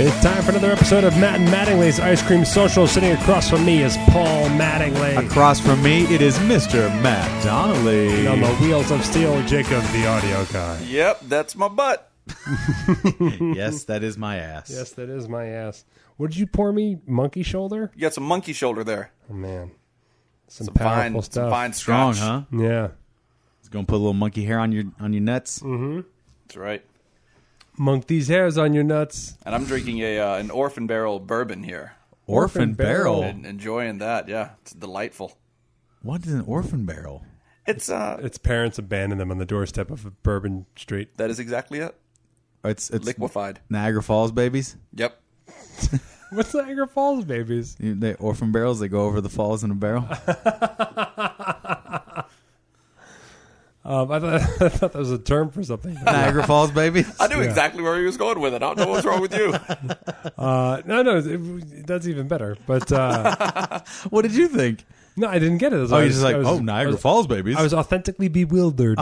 It's time for another episode of Matt and Mattingly's Ice Cream Social. Sitting across from me is Paul Mattingly. Across from me, it is Mr. Matt Donnelly. And on the wheels of steel, Jacob, the audio guy. Yep, that's my butt. yes, that is my ass. Yes, that is my ass. What did you pour me? Monkey shoulder? You got some monkey shoulder there. Oh, man. Some, Some powerful fine, stuff. some fine Strong, scotch. huh? Yeah. It's gonna put a little monkey hair on your on your nuts. Mm-hmm. That's right. Monk these hairs on your nuts. And I'm drinking a uh, an orphan barrel bourbon here. Orphan barrel. And enjoying that. Yeah, it's delightful. What is an orphan barrel? It's uh, Its parents abandoned them on the doorstep of Bourbon Street. that is exactly it. It's it's Liquefied. Niagara Falls babies. Yep. What's Niagara Falls, babies? You- They orphan barrels. They go over the falls in a barrel. Um, I, thought, I thought that was a term for something. Niagara Falls babies. I knew exactly where he was going with it. I don't know what's wrong with you. Uh, no, no, it, that's even better. But uh, What did you think? no, I didn't get it. Oh, you're just like, oh, Niagara Niagara Falls. Falls babies. I was authentically bewildered.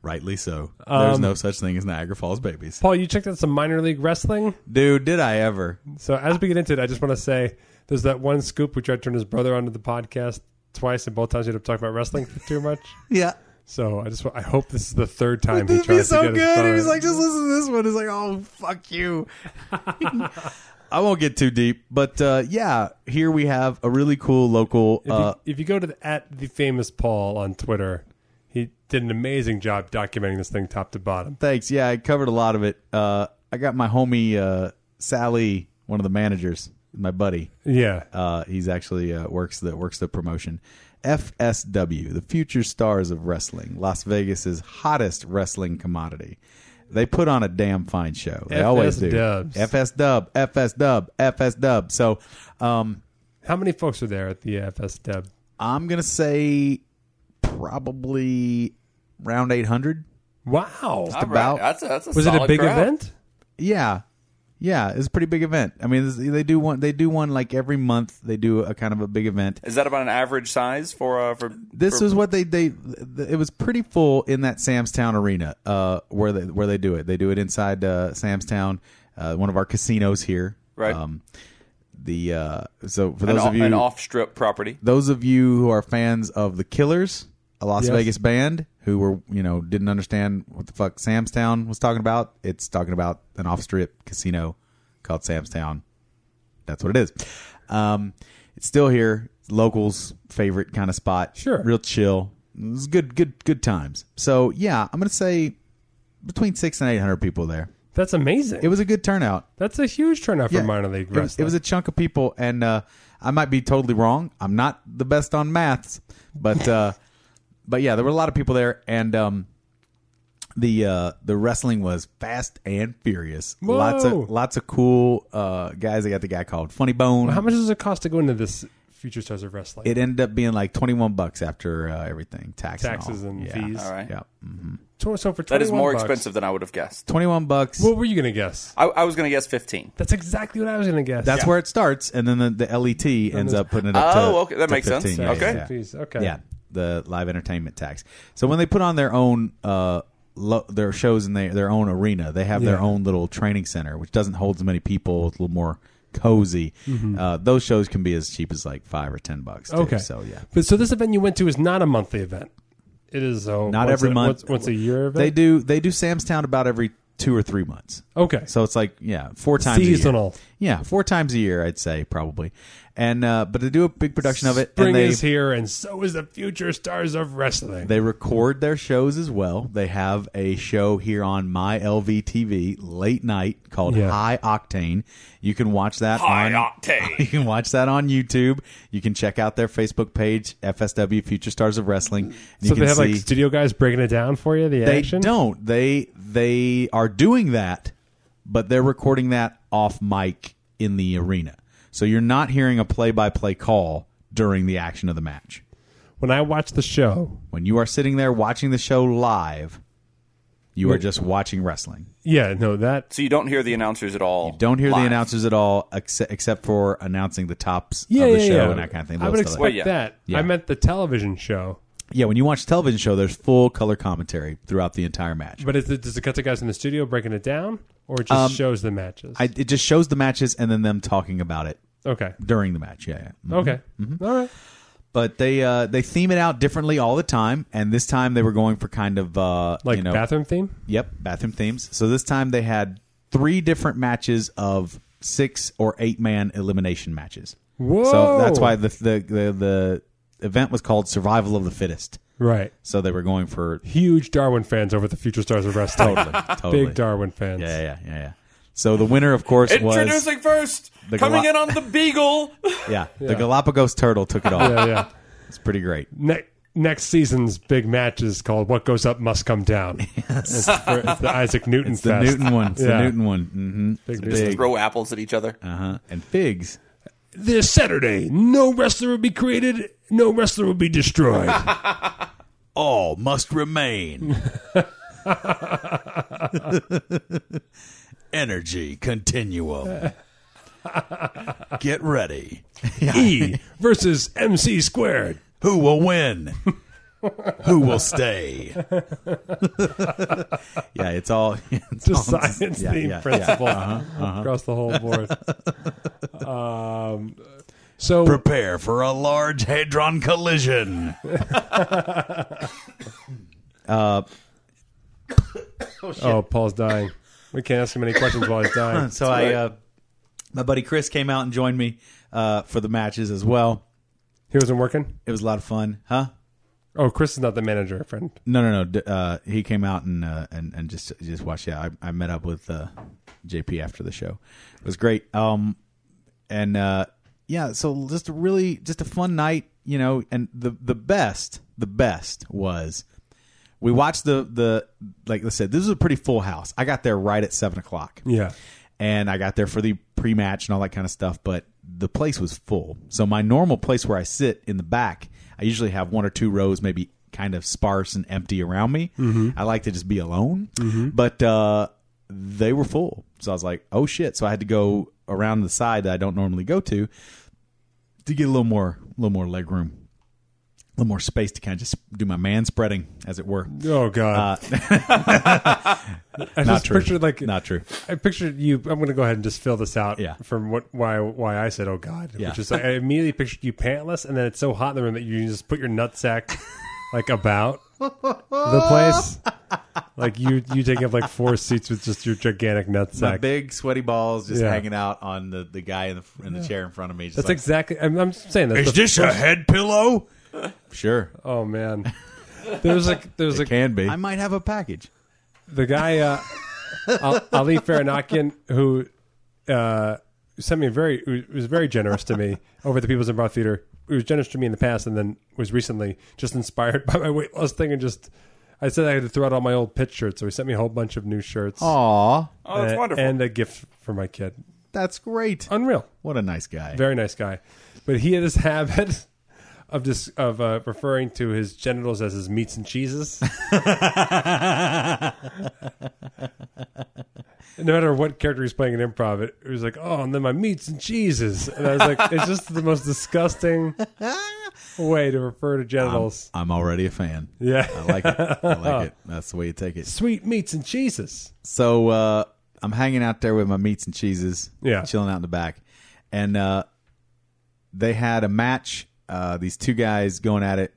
Rightly so. There's Um, no such thing as Niagara Falls babies. Paul, you checked out some minor league wrestling. Dude, did I ever? So as we get into it, I just want to say there's that one scoop we tried to turn his brother onto the podcast twice, and both times we ended up talking about wrestling too much. Yeah. So I just wa- I hope this is the third time he Dude, tries he's so to get his good. He brother. was like, just listen to this one. It's like, oh, fuck you. I won't get too deep, but uh, yeah, here we have a really cool local. if, Uh, you, if you go to the, at the famous Paul on Twitter, he did an amazing job documenting this thing top to bottom. thanks. Yeah, I covered a lot of it. Uh, I got my homie uh, Sally, one of the managers, my buddy. Yeah, Uh, he's actually uh, works the works the promotion. FSW, the Future Stars of Wrestling, Las Vegas's hottest wrestling commodity. They put on a damn fine show. They always do. FSW. FS Dub, FS Dub, FS Dub. So, um, how many folks are there at the FS Deb? I'm gonna say probably round 800. Wow, All right. about- That's a, that's a was it a solid big crowd. event? Yeah, yeah, it's a pretty big event. I mean, this- they do one. They do one like every month. They do a kind of a big event. Is that about an average size for uh, for This for, is what they they. It was pretty full in that Samstown arena, uh, where they where they do it. They do it inside uh, Samstown, uh, one of our casinos here. Um, Right. the uh, so for an, those o- of you an off strip property. those of you who are fans of the Killers, a Las Yes. Vegas band, who were you know didn't understand what the fuck Samstown was talking about. It's talking about an off-strip casino called Samstown. That's what it is. Um, it's still here, locals' favorite kind of spot. Sure. real chill. It was good, good, good times. So yeah, I'm gonna say between six and eight hundred people there. That's amazing. It was a good turnout. That's a huge turnout for Yeah, minor league It was, wrestling. it was a chunk of people, and uh, I might be totally wrong. I'm not the best on maths, but uh, but yeah, there were a lot of people there, and um, the uh, the wrestling was fast and furious. Whoa. Lots of lots of cool uh, guys. I got the guy called Funny Bone. How much does it cost to go into this Future Stars of Wrestling? it ended up being like 21 bucks after uh, everything, tax Taxes and yeah. fees. All right. Yeah, Tw- So for That 21 is more bucks- expensive than I would have guessed. 21 bucks. What were you going to guess? I, I was going to guess 15. That's exactly what I was going to guess. that's where it starts, and then the, the LET ends up putting it up. Oh, to, okay, that to makes sense. 15. Yeah, Taxes Okay. and yeah. fees. Okay. Yeah, the live entertainment tax. So when they put on their own uh, lo- their shows in their their own arena, they have their Yeah. own little training center, which doesn't hold as many people. It's a little more cozy. Uh, those shows can be as cheap as like five or ten bucks. Too. Mm-hmm. Okay. so yeah. But so this event you went to is not a monthly event. It is a Not once every a, month. once, once a year event. They do they do Sam's Town about every two or three months. Okay. So it's like yeah, four times Seasonal. A year. Yeah, four times a year, I'd say probably, and uh, but they do a big production of it. Spring and they, is here, and so is the Future Stars of Wrestling. They record their shows as well. They have a show here on my LVTV late night called Yeah. High Octane. You can watch that High on Octane. You can watch that on YouTube. You can check out their Facebook page FSW Future Stars of Wrestling. And you so can they have like see- studio guys breaking it down for you. The they action. don't. They they are doing that, but they're recording that off mic in the arena. So you're not hearing a play-by-play call during the action of the match. when I watch the show, When you are sitting there watching the show live, you are just watching wrestling. yeah, no, that So you don't hear the announcers at all. Don't hear the live. announcers at all, except, except for announcing the tops yeah, of the yeah, show yeah. and that kind of thing. I would They'll still- expect Well, yeah. that. Yeah. I meant the television show, yeah, when you watch a television show, there's full color commentary throughout the entire match. Um, but is it, does it cut the guys in the studio breaking it down, or it just shows the matches? I, it just shows the matches and then them talking about it okay, during the match. Yeah, yeah. Mhm. okay, All right. But they uh, they theme it out differently all the time, and this time they were going for kind of uh, Like you know, bathroom theme. Yep, bathroom themes. So this time they had three different matches of six or eight man elimination matches. Whoa. So that's why the the the, the event was called Survival of the Fittest. Right. So they were going for Huge Darwin fans over at the Future Stars of Wrestling. totally, totally. Big Darwin fans. Yeah, yeah, yeah, yeah. So the winner, of course, was Introducing first, the coming Gala- in on the Beagle. yeah, the Galapagos turtle took it all. yeah, yeah. It's pretty great. Ne- next season's big match is called "What Goes Up Must Come Down." It's, for, it's the Isaac Newton It's the Fest. Newton one. It's Yeah. the Newton one. Mm-hmm. Big It's big. Throw apples at each other. Uh-huh. And figs. This Saturday, no wrestler will be created, no wrestler will be destroyed. all must remain. Energy continuum. Get ready. e versus MC squared. Who will win? Who will stay? yeah, it's all it's The all- science yeah, theme yeah, Uh-huh, yeah. principle across the whole board. Um, so Prepare for a large hadron collision. Oh, Paul's dying. We can't ask him any questions while he's dying. so I, uh, my buddy Chris came out and joined me uh, for the matches as well. He wasn't working? It was a lot of fun, huh? Oh, Chris is not the manager, friend. No, no, no. D- Uh, he came out and uh, and and just just watched. Yeah, I, I met up with uh, JP after the show. It was great. Um, and uh, yeah, so just a really just a fun night, you know. And the the best, the best was we watched the the like I said, this was a pretty full house. I got there right at seven o'clock Yeah. and I got there for the pre-match and all that kind of stuff. But the place was full, so my normal place where I sit in the back, I usually have one or two rows, maybe kind of sparse and empty around me. Mm-hmm. I like to just be alone, but uh, they were full, so I was like, "Oh shit!" So I had to go around the side that I don't normally go to to get a little more, a little more leg room, a little more space to kind of just do my man spreading, as it were. Oh, God. I Uh, Not just true. pictured like Not true. I pictured you. I'm going to go ahead and just fill this out. Yeah. From what why why I said oh god, Yeah. which is like, I immediately pictured you pantless, and then it's so hot in the room that you just put your nutsack like about the place. Like you you take up like four seats with just your gigantic My nutsack. big sweaty balls just Yeah. hanging out on the, the guy in the, in the chair in front of me. Just That's like, exactly. I'm, I'm saying that's the- this a head pillow? Sure, oh man. There's like there's a can be. I might have a package. the guy uh, Al- Ali Faranakian who uh, sent me a very who was very generous to me over at the People's Improv Theater. Who was generous to me in the past, and then was recently just inspired by my weight loss thing, and just I said I had to throw out all my old pit shirts, so he sent me a whole bunch of new shirts. Aw, Oh, that's uh, wonderful. And a gift for my kid. that's great. Unreal What a nice guy. very nice guy, but he had this habit of just of uh, referring to his genitals as his meats and cheeses. no matter what character he's playing in improv, it, it was like, oh, and then my meats and cheeses, and I was like, it's just the most disgusting way to refer to genitals. I'm already a fan. yeah, I like it. I like it. That's the way you take it. sweet meats and cheeses. So uh, I'm hanging out there with my meats and cheeses. Yeah. chilling out in the back, and uh, they had a match. Uh, these two guys going at it.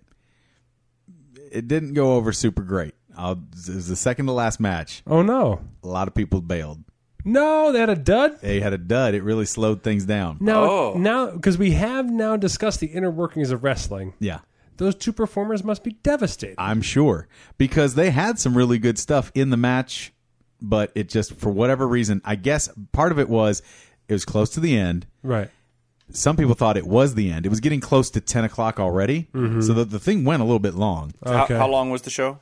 It didn't go over super great. I'll, it was the second to last match. Oh no, A lot of people bailed. no, they had a dud. They had a dud. It really slowed things down. Now, Oh. now, because we have now discussed the inner workings of wrestling. Yeah. those two performers must be devastated. I'm sure because they had some really good stuff in the match, but it just for whatever reason, I guess part of it was it was close to the end. right. Some people thought it was the end. It was getting close to ten Mm-hmm. o'clock already, so the, the thing went a little bit long. How- Okay. how, long was the show?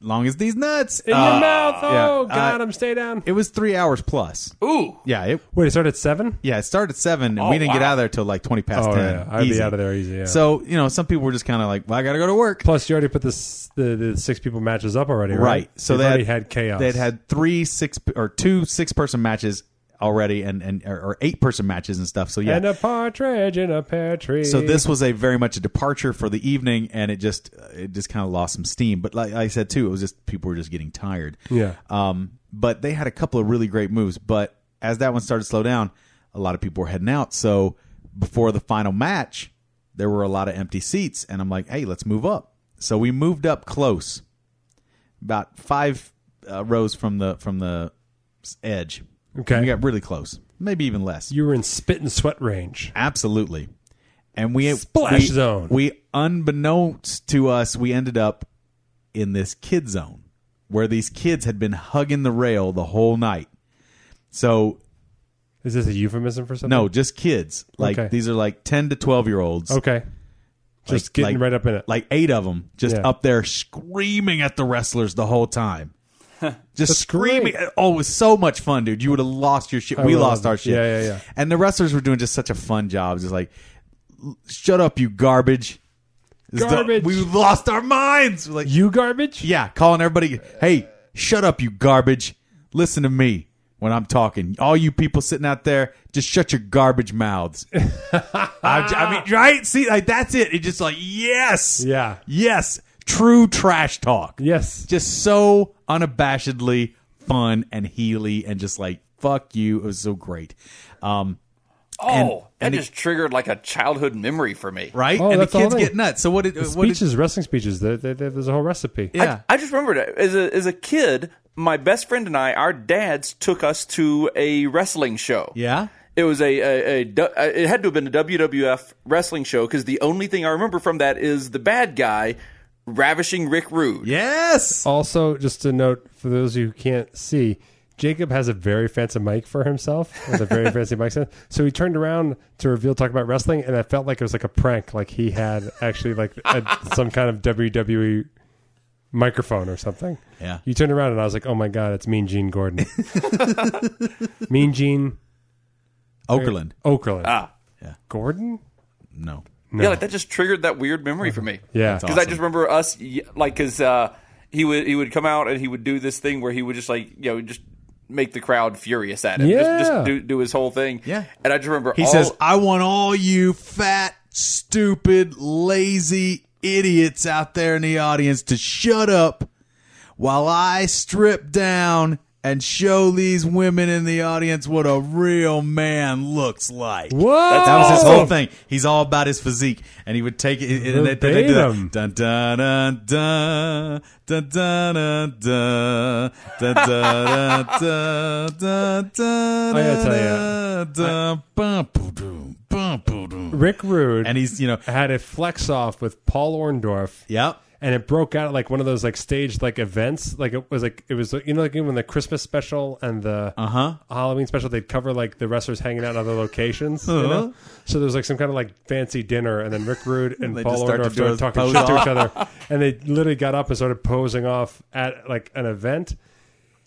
long as these nuts. In Uh, your mouth. Oh, yeah. God, Uh, I'm stay down. it was three hours plus. Ooh. Yeah, it Wait, it started at 7? yeah it started at seven, and we didn't get wow. out of there till like twenty past Oh, ten. yeah. I'd Easy. be out of there easy. Yeah. So you know, some people were just kind of like, "Well, I got to go to work." Plus, you already put this, the, the six people matches up already, right? Right. So You've they already had, had chaos. They'd had three six or two six person matches already, and and or, or eight person matches and stuff. So yeah. And a partridge in a pear tree. so this was a very much a departure for the evening, and it just uh, it just kind of lost some steam. But like I said too, it was just people were just getting tired. Yeah. Um. But they had a couple of really great moves. But as that one started to slow down, a lot of people were heading out. So before the final match, there were a lot of empty seats, and I'm like, hey, let's move up. So we moved up close about five uh, rows from the from the s- edge. Okay. we got really close, maybe even less. You were in spit and sweat range. Absolutely, and we Splash we- zone. We unbeknownst to us, we ended up in this kid zone where these kids had been hugging the rail the whole night. So Is this a euphemism for something? no, just kids. Like Okay. these are like ten to twelve year olds. Okay. Just Like- getting like- right up in it. Like eight of them just Yeah. up there screaming at the wrestlers the whole time. Just screaming. great. Oh, it was so much fun, dude. You would have lost your shit. we would've. lost our shit. Yeah, yeah, yeah. And the wrestlers were doing just such a fun job. Just like, shut up, you garbage. It's the- Garbage. we lost our minds. We're Like, you garbage? yeah, calling everybody, hey, shut up, you garbage. Listen to me when I'm talking. All you people sitting out there, just shut your garbage mouths. I, I mean, right? See, like that's it. It's just like, yes. Yeah. Yes. True trash talk. Yes. Just so unabashedly fun and healy and just like, fuck you. It was so great. Um, Oh, that and it- just triggered like a childhood memory for me. right? Oh, and the that's all kids they- get nuts. So what did, what did, speeches, wrestling speeches. There, there, there- there's a whole recipe. yeah. I just remembered it. as a as a kid, my best friend and I, our dads took us to a wrestling show. yeah. It was a, a, a du- uh, it had to have been a WWF wrestling show because the only thing I remember from that is the bad guy ravishing Rick Rude. Yes. Also, just a note for those of you who can't see, Jacob has a very fancy mic for himself with a very fancy mic stand. So he turned around to reveal talk about wrestling, and I felt like it was like a prank, like he had actually like a, some kind of WWE microphone or something. Yeah. You turned around, and I was like, "Oh my god, it's Mean Gene Gordon." mean Gene Okerlund. Okerlund. Ah. Yeah. Gordon. No. Yeah, like that just triggered that weird Uh-huh. memory for me. Yeah. That's because I Awesome. just remember us y- like because uh, he would he would come out and he would do this thing where he would just like you know just make the crowd furious at him. Just, Yeah. just do, do his whole thing. Yeah. and I just remember He all, says, I want all you fat, stupid, lazy idiots out there in the audience to shut up while I strip down and show these women in the audience what a real man looks like. Whoa! That was his whole thing. He's all about his physique, and he would take it. And they, they, they do Verbatim. that. dun dun dun dun dun dun dun dun dun dun dun dun dun. I gotta tell ya, dun bum, boo, doom, bum, boo, doom. Rick Rude. and he's you know, had a flex off with Paul Orndorff. yep, And it broke out at like one of those like staged like events. Like it was like it was you know like when the Christmas special and the Uh-huh. Halloween special they'd cover like the wrestlers hanging out in other locations. Uh-huh. You know? So there was like some kind of like fancy dinner, and then Rick Rude and They Paul just start to Orndorff started do a talking pose shit to each other, and they literally got up and started posing off at like an event.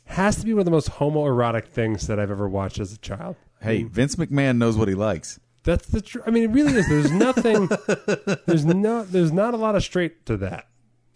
Has to be one of the most homoerotic things that I've ever watched as a child. hey, Vince McMahon knows what he likes. That's the truth. I mean, it really is. There's nothing. there's no. There's not a lot of straight to that.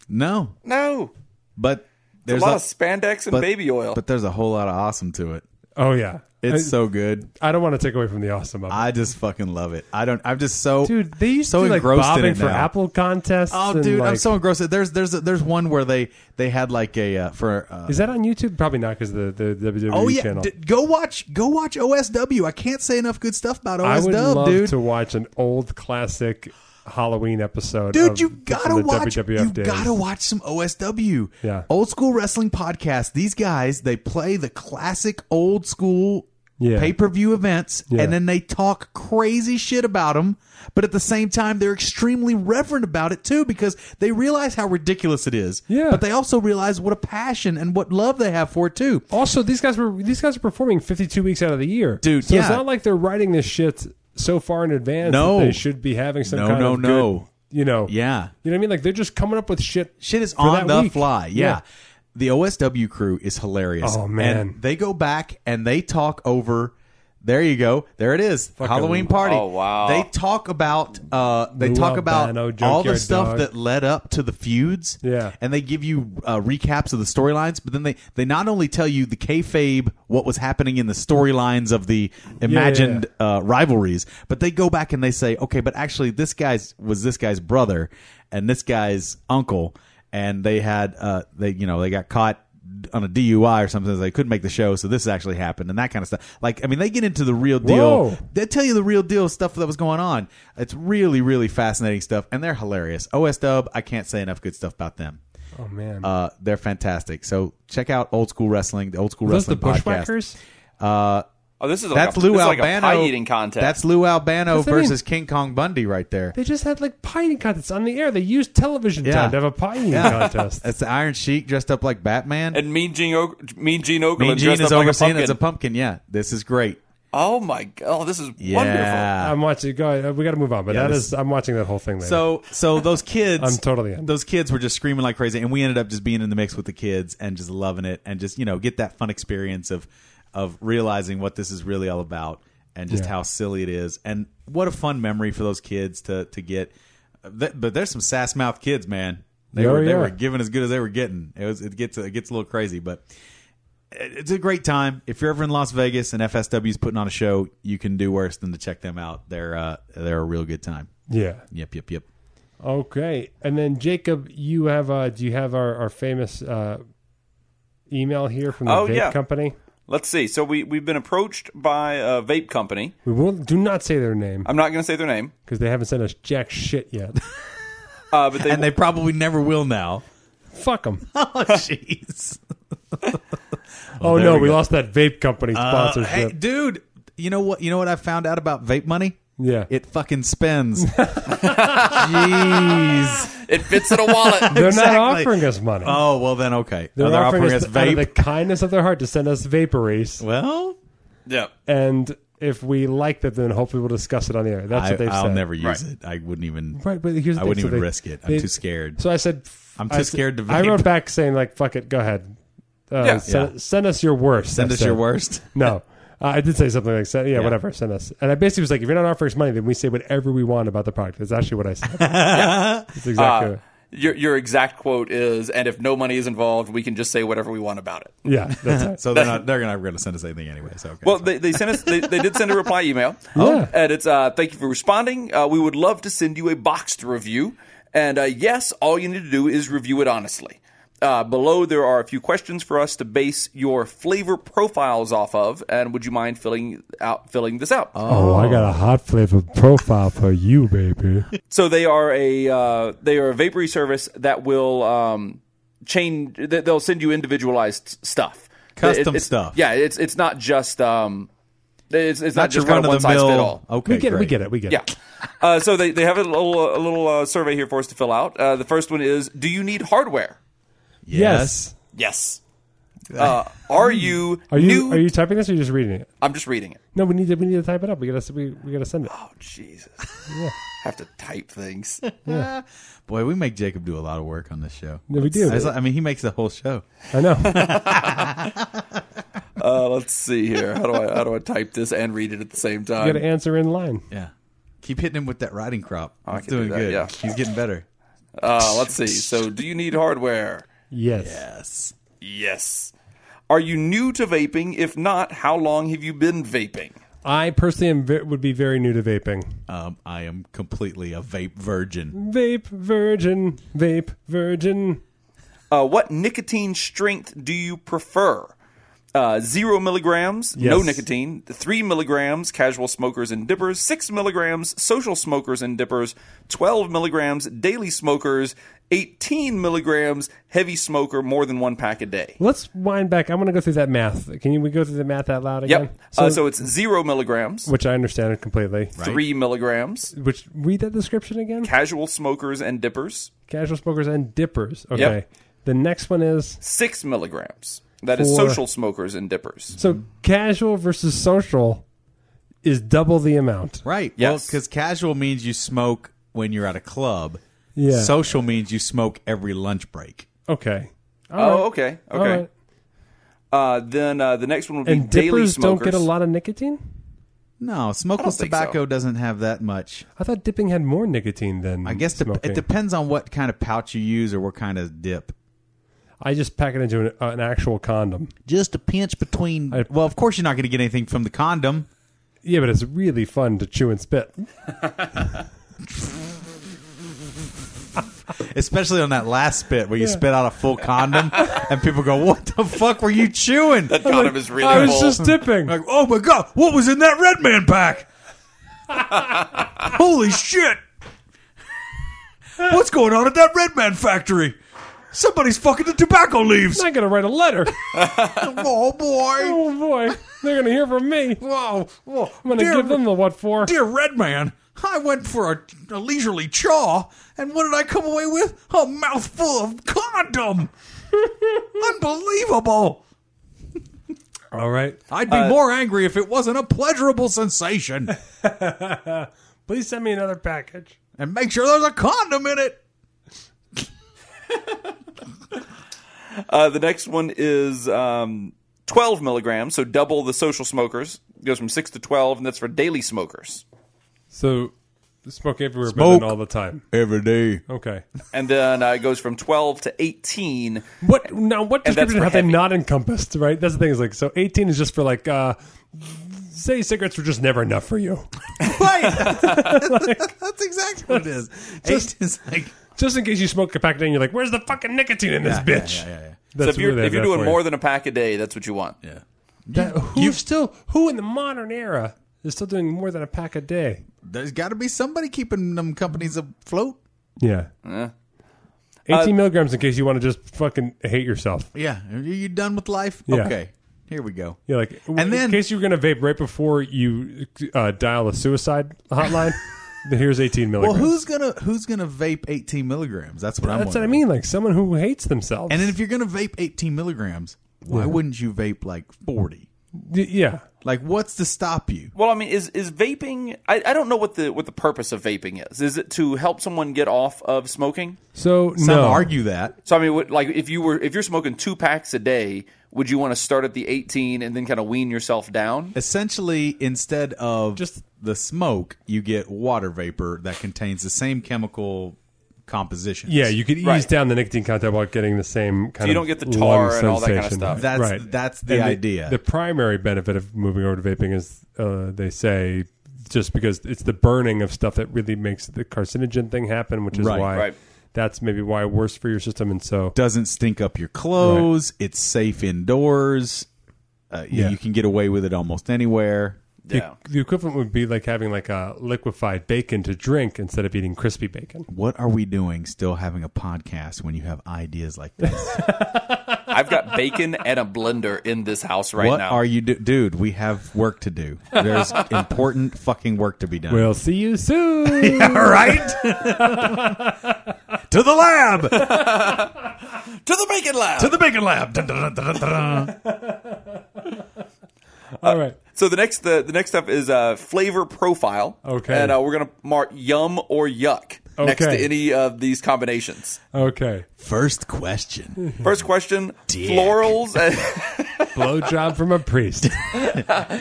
No, no. but There's there's a lot of spandex and but- baby oil. but there's a whole lot of awesome to it. Oh yeah, It's I, so good. I don't want to take away from the awesome of it. I just fucking love it. I don't. I'm just so dude. They used so to do, like engrossed in bobbing it for now. apple contests. Oh, and, dude, I'm like- so engrossed. There's there's there's one where they they had like a uh, for uh, Is that on YouTube? Probably not because the the WWE oh yeah, channel. d- go watch go watch OSW. I can't say enough good stuff about I OSW, would love dude. to watch an old classic Halloween episode. Dude, of- you from gotta the watch. WWF You days. gotta watch some OSW. Yeah. old school wrestling podcast. These guys they play the classic old school Yeah. pay per view events, Yeah. and then they talk crazy shit about them. But at the same time, they're extremely reverent about it too because they realize how ridiculous it is. Yeah. but they also realize what a passion and what love they have for it too. Also, these guys were these guys are performing 52 weeks out of the year, Dude, So it's yeah. not like they're writing this shit so far in advance. No. that they should be having some No, kind no, of no. good, you know. Yeah. You know what I mean? Like they're just coming up with shit. Shit is for on that the week. fly. Yeah. The OSW crew is hilarious. Oh, man. And they go back and they talk over there you go. There it is. Halloween party. Oh, wow. They talk about uh they Lou talk about Albano, all the Junkyard stuff Dog. that led up to the feuds. Yeah. And they give you uh, recaps of the storylines, but then they they not only tell you the kayfabe what was happening in the storylines of the imagined uh, rivalries, but they go back and they say, okay, but actually this guy's was this guy's brother and this guy's uncle, and they had uh they you know they got caught on a DUI or something, so they couldn't make the show, so this actually happened and that kind of stuff. Like I mean, they get into the real deal. Whoa. They tell you the real deal stuff that was going on. It's really really fascinating stuff, and they're hilarious. OS Dub, I can't say enough good stuff about them. Oh man. Uh, they're fantastic. So check out Old School Wrestling, the Old School Those the Wrestling podcast. Bushwhackers. Oh, this is like That's a, Lou this is like a Albano. pie eating contest. That's Lou Albano That's what I mean. versus King Kong Bundy right there. They just had like pie eating contests on the air. They used television Yeah. time to have a pie eating contest. That's the Iron Sheik dressed up like Batman. and Mean Gene, o- Mean Gene Okerlund mean Gene dressed is up like a overseen pumpkin. as a pumpkin. Yeah, this is great. oh my god! Oh, this is wonderful. Yeah. I'm watching. Go. Ahead. Uh, We got to move on. But Yeah, that this- is. I'm watching that whole thing. Later. So so those kids I'm totally in. those kids were just screaming like crazy and we ended up just being in the mix with the kids and just loving it and just you know get that fun experience of of realizing what this is really all about and just Yeah. how silly it is and what a fun memory for those kids to to get Th- but there's some sass mouth kids man they Oh, were they yeah. were giving as good as they were getting it was it gets it gets a little crazy but it- it's a great time. If you're ever in Las Vegas and FSW is putting on a show, you can do worse than to check them out. They're uh, they're a real good time. yeah. Yep, yep, yep. Okay. And then Jacob, you have. Uh, do you have our, our famous uh, email here from the Oh, vape yeah. company? Let's see. So we we've been approached by a vape company. We will do not say their name I'm not going to say their name, because they haven't sent us jack shit yet. uh, but they, And they probably never will now. Fuck them. Oh, jeez. Oh there no, we we, go. lost that vape company Uh, sponsorship. hey, dude, you know what? You know what I found out about vape money? yeah. It fucking spends. jeez. it fits in a wallet. They're Exactly. not offering us money. Oh well, then okay. They're Oh, offering, us, out of vape. the kindness of their heart to send us vapories, well, yeah. and if we like that, then hopefully we'll discuss it on the air. That's I, what they've I'll said. never use Right. it. I wouldn't even. Right, but here's the I thing. wouldn't so even they- risk it. I'm they- too scared. So I said, f- I'm I too said- scared to I vape. wrote back saying, like, fuck it, go ahead. Uh, Yeah. Send, Yeah. send us your worst. Send I us your said. worst. No. Uh, I did say something like, send, yeah, whatever, send us. And I basically was like, if you're not offering us money, then we say whatever we want about the product. That's actually what I said. That's exactly Uh, what- Your your exact quote is, "And if no money is involved, we can just say whatever we want about it." Yeah, that's it. So they're not. They're not going to send us anything anyway. So okay. Well, they, they sent us. They, they did send a reply email. Oh, Yeah. and it's uh, thank you for responding. Uh, we would love to send you a box to review. And uh, yes, all you need to do is review it honestly. Uh, below there are a few questions for us to base your flavor profiles off of. And would you mind filling out filling this out? Oh, I got a hot flavor profile for you, baby. So they are a uh, they are a vapory service that will um, chain. that They'll send you individualized stuff, Custom it's- stuff. Yeah, it's it's not just um, it's, it's not, Not your just kind of one size run-of-the-mill- fit all. Okay, we get it. We great. get it. We get Yeah. it. Uh, so they, they have a little a little uh, survey here for us to fill out. Uh, the first one is: Do you need hardware? Yes. Yes. Uh, are you Are you new? are you typing this or are you just reading it? I'm just reading it. No, we need to we need to type it up. We gotta we, we gotta send it. Oh Jesus! have to type things. Boy, we make Jacob do a lot of work on this show. Yeah, we do. I, was like- I mean, he makes the whole show. I know. Uh, let's see here. How do I how do I type this and read it at the same You gotta time? answer in line. Yeah. Keep hitting him with that riding crop. He's Oh, can do doing that, good. yeah. He's getting better. Uh, let's see. So, do you need hardware? Yes. Yes. Yes. Are you new to vaping? If not, how long have you been vaping? I personally am ve- would be very new to vaping. Um, I am completely a vape virgin. Vape virgin, vape virgin. Uh, what nicotine strength do you prefer? Uh, zero milligrams, no Yes. nicotine. Three milligrams, casual smokers and dippers. Six milligrams, social smokers and dippers. Twelve milligrams, daily smokers. Eighteen milligrams, heavy smoker, more than one pack a day. Let's wind back. I want to go through that math. Can you we go through the math out loud again? Yep. So, uh, so it's zero milligrams, which I understand it completely. three milligrams, Which read that description again? casual smokers and dippers. Casual smokers and dippers. Okay. Yep. The next one is Six milligrams. That is Four. social smokers and dippers. so casual versus social is double the amount. Right. Well, Yes. because casual means you smoke when you're at a club. Yeah. Social means you smoke every lunch break. Okay. Oh, okay, All okay. right. Uh, then uh, the next one would be And daily dippers don't smokers. get a lot of nicotine. No, smokeless think so. tobacco doesn't have that much. I thought dipping had more nicotine than I guess dep- smoking. it depends on what kind of pouch you use or what kind of dip. I just pack it into an, uh, an actual condom. Just a pinch between. I- well, of course you're not going to get anything from the condom. Yeah, but it's really fun to chew and spit. Especially on that last spit where you spit out a full condom and people go, What the fuck were you chewing? That condom is really I was full. just dipping. Like, oh my god, what was in that Red Man pack? Holy shit! What's going on at that Red Man factory? Somebody's fucking the tobacco leaves. I'm gonna write a letter. oh boy! oh boy, they're gonna hear from me. Whoa! Whoa! I'm gonna give them the what for. dear Red Man, I went for a, a leisurely chaw, and what did I come away with? A mouthful of condom. Unbelievable! All right, I'd be more angry if it wasn't a pleasurable sensation. please send me another package. and make sure there's a condom in it. Uh, the next one is um, 12 milligrams, so double the social smokers. goes from 6 to 12, and that's for daily smokers. So, smoke everywhere, Smoke. but then all the time. Every day. Okay. And then uh, it goes from 12 to 18. What now? What And that's description for have they heavy. not encompassed? Right. That's the thing. Is like so. 18 is just for like. uh Say cigarettes were just never enough for you. Right. That's exactly what it is. Just- Eight is like Just in case you smoke a pack a day and you're like, where's the fucking nicotine in this bitch? Yeah, yeah, yeah. So That's if you're, really if you're that doing for you. more than a pack a day, that's what you want. yeah. That, who's still who in the modern era is still doing more than a pack a day? There's got to be somebody keeping them companies afloat. Yeah. Eighteen milligrams in case you want to just fucking hate yourself. Yeah. Are you done with life? Yeah. Okay. Here we go. Yeah, like in then- case you were gonna vape right before you uh, dial a suicide hotline, then here's eighteen Well, milligrams. who's gonna who's gonna vape 18 milligrams? That's what I'm. That's what I wondering. mean. Like someone who hates themselves. And then if you're gonna vape 18 milligrams, why wouldn't you vape like 40? Y- yeah, Like, what's to stop you? Well, I mean, is is vaping? I, I don't know what the what the purpose of vaping is. Is it to help someone get off of smoking? so Some no, argue that. So I mean, what, like if you were if you're smoking two packs a day, would you want to start at the 18 and then kind of wean yourself down? Essentially, instead of Just- just the smoke, you get water vapor that contains the same chemical compositions. yeah, you could ease Right. down the nicotine content while getting the same kind. you don't of get the tar lung and all that kinda sensation. stuff. That's- right. that's the And idea. The primary benefit of moving over to vaping is uh, they say just because it's the burning of stuff that really makes the carcinogen thing happen, which is Right. why Right. that's maybe why worse for your system. And so doesn't stink up your clothes. It's safe indoors. Uh, yeah, Yeah. you can get away with it almost anywhere. Yeah. the, the equivalent would be like having like a liquefied bacon to drink instead of eating crispy bacon. What are we doing still having a podcast when you have ideas like this? I've got bacon and a blender in this house right what now. are you do- dude, we have work to do. There's important fucking work to be done. We'll see you soon. All right. to the lab. To to the bacon lab? the bacon lab. Dun, dun, dun, dun, dun, dun. All right. So the next the, the next step is uh, flavor profile. Okay. and uh, we're gonna mark yum or yuck next to Okay. any of these combinations. Okay. First question. First question: Dick. florals. And- Blowjob from a priest.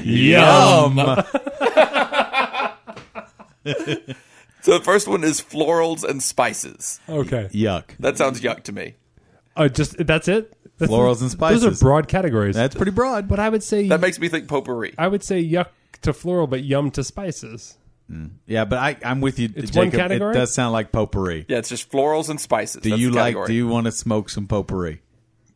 Yum. so the first one is florals and spices. Okay. Yuck. That sounds yuck to me. Uh, just that's it. That's Florals Those and spices. are broad categories. That's pretty broad. but I would say That makes me think potpourri. I would say yuck to floral, but yum to spices. Yeah, but I, I'm with you, It's one Jacob. category? It does sound like potpourri. Yeah, it's just florals and spices. Do That's you the like? category. Do you want to smoke some potpourri?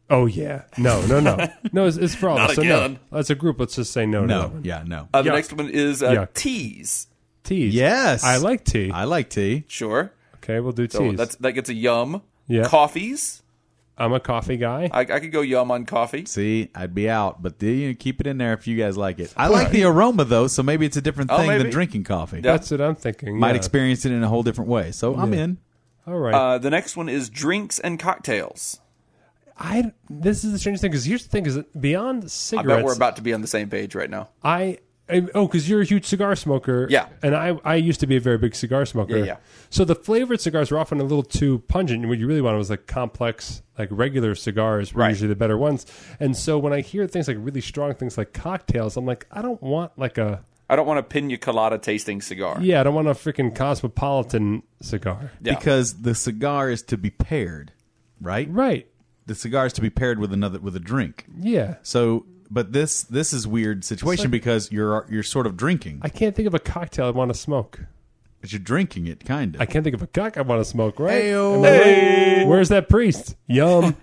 Oh yeah, no, no, no, no. It's, it's for all. Not so no, again. as a group, let's just say no. No. No. Yeah. No. Uh, the Yuck. next one is uh, Yuck. teas. Teas. Yes. I like tea. I like tea. Sure. Okay, we'll do teas. So that's that gets a yum. Yeah. Coffees. I'm a coffee guy. I, I could go yum on coffee. See, I'd be out, but do you keep it in there if you guys like it. I like the aroma though, so maybe it's a different Oh, thing than maybe. drinking coffee. Yeah. That's what I'm thinking. Might yeah. experience it in a whole different way. So I'm in. All right. Uh, the next one is drinks and cocktails. I this is the strangest thing because here's the thing: is that beyond I cigarettes, bet we're about to be on the same page right now. I And- oh, because you're a huge cigar smoker. Yeah. And I, I used to be a very big cigar smoker. Yeah, yeah. So the flavored cigars were often a little too pungent. And what you really wanted was like complex, like regular cigars were Right. usually the better ones. And so when I hear things like really strong things like cocktails, I'm like, I don't want like a, I don't want a pina colada tasting cigar. yeah, I don't want a freaking cosmopolitan cigar. Yeah. because the cigar is to be paired, right? Right. The cigar is to be paired with another with a drink. Yeah. So, but this this is weird situation because you're you're sort of drinking, I can't think of a cocktail I want to smoke. but you're drinking it kind of. I can't think of a cock I want to smoke, right? Ayo. Am I right? Where's that priest? Yum.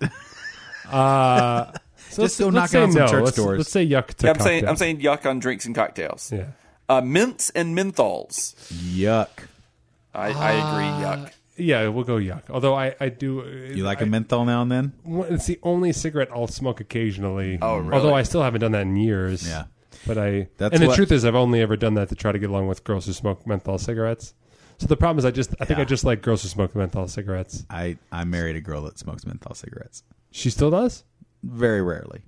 uh, so Just let's- go let's knocking say on some no. church let's, doors. Let's say yuck to Yeah, I'm saying I'm cocktails. saying yuck on drinks and cocktails. Yeah. Uh, mints and menthols. Yuck! I, I agree. Ah. Yuck. Yeah, we'll go yuck. Although I, I do. You like a menthol now and then? It's the only cigarette I'll smoke occasionally. Oh, really? Although I still haven't done that in years. Yeah. But I. That's and the what- truth is, I've only ever done that to try to get along with girls who smoke menthol cigarettes. So the problem is, I just I think I Yeah. just like girls who smoke menthol cigarettes. I I married a girl that smokes menthol cigarettes. She still does. Very rarely.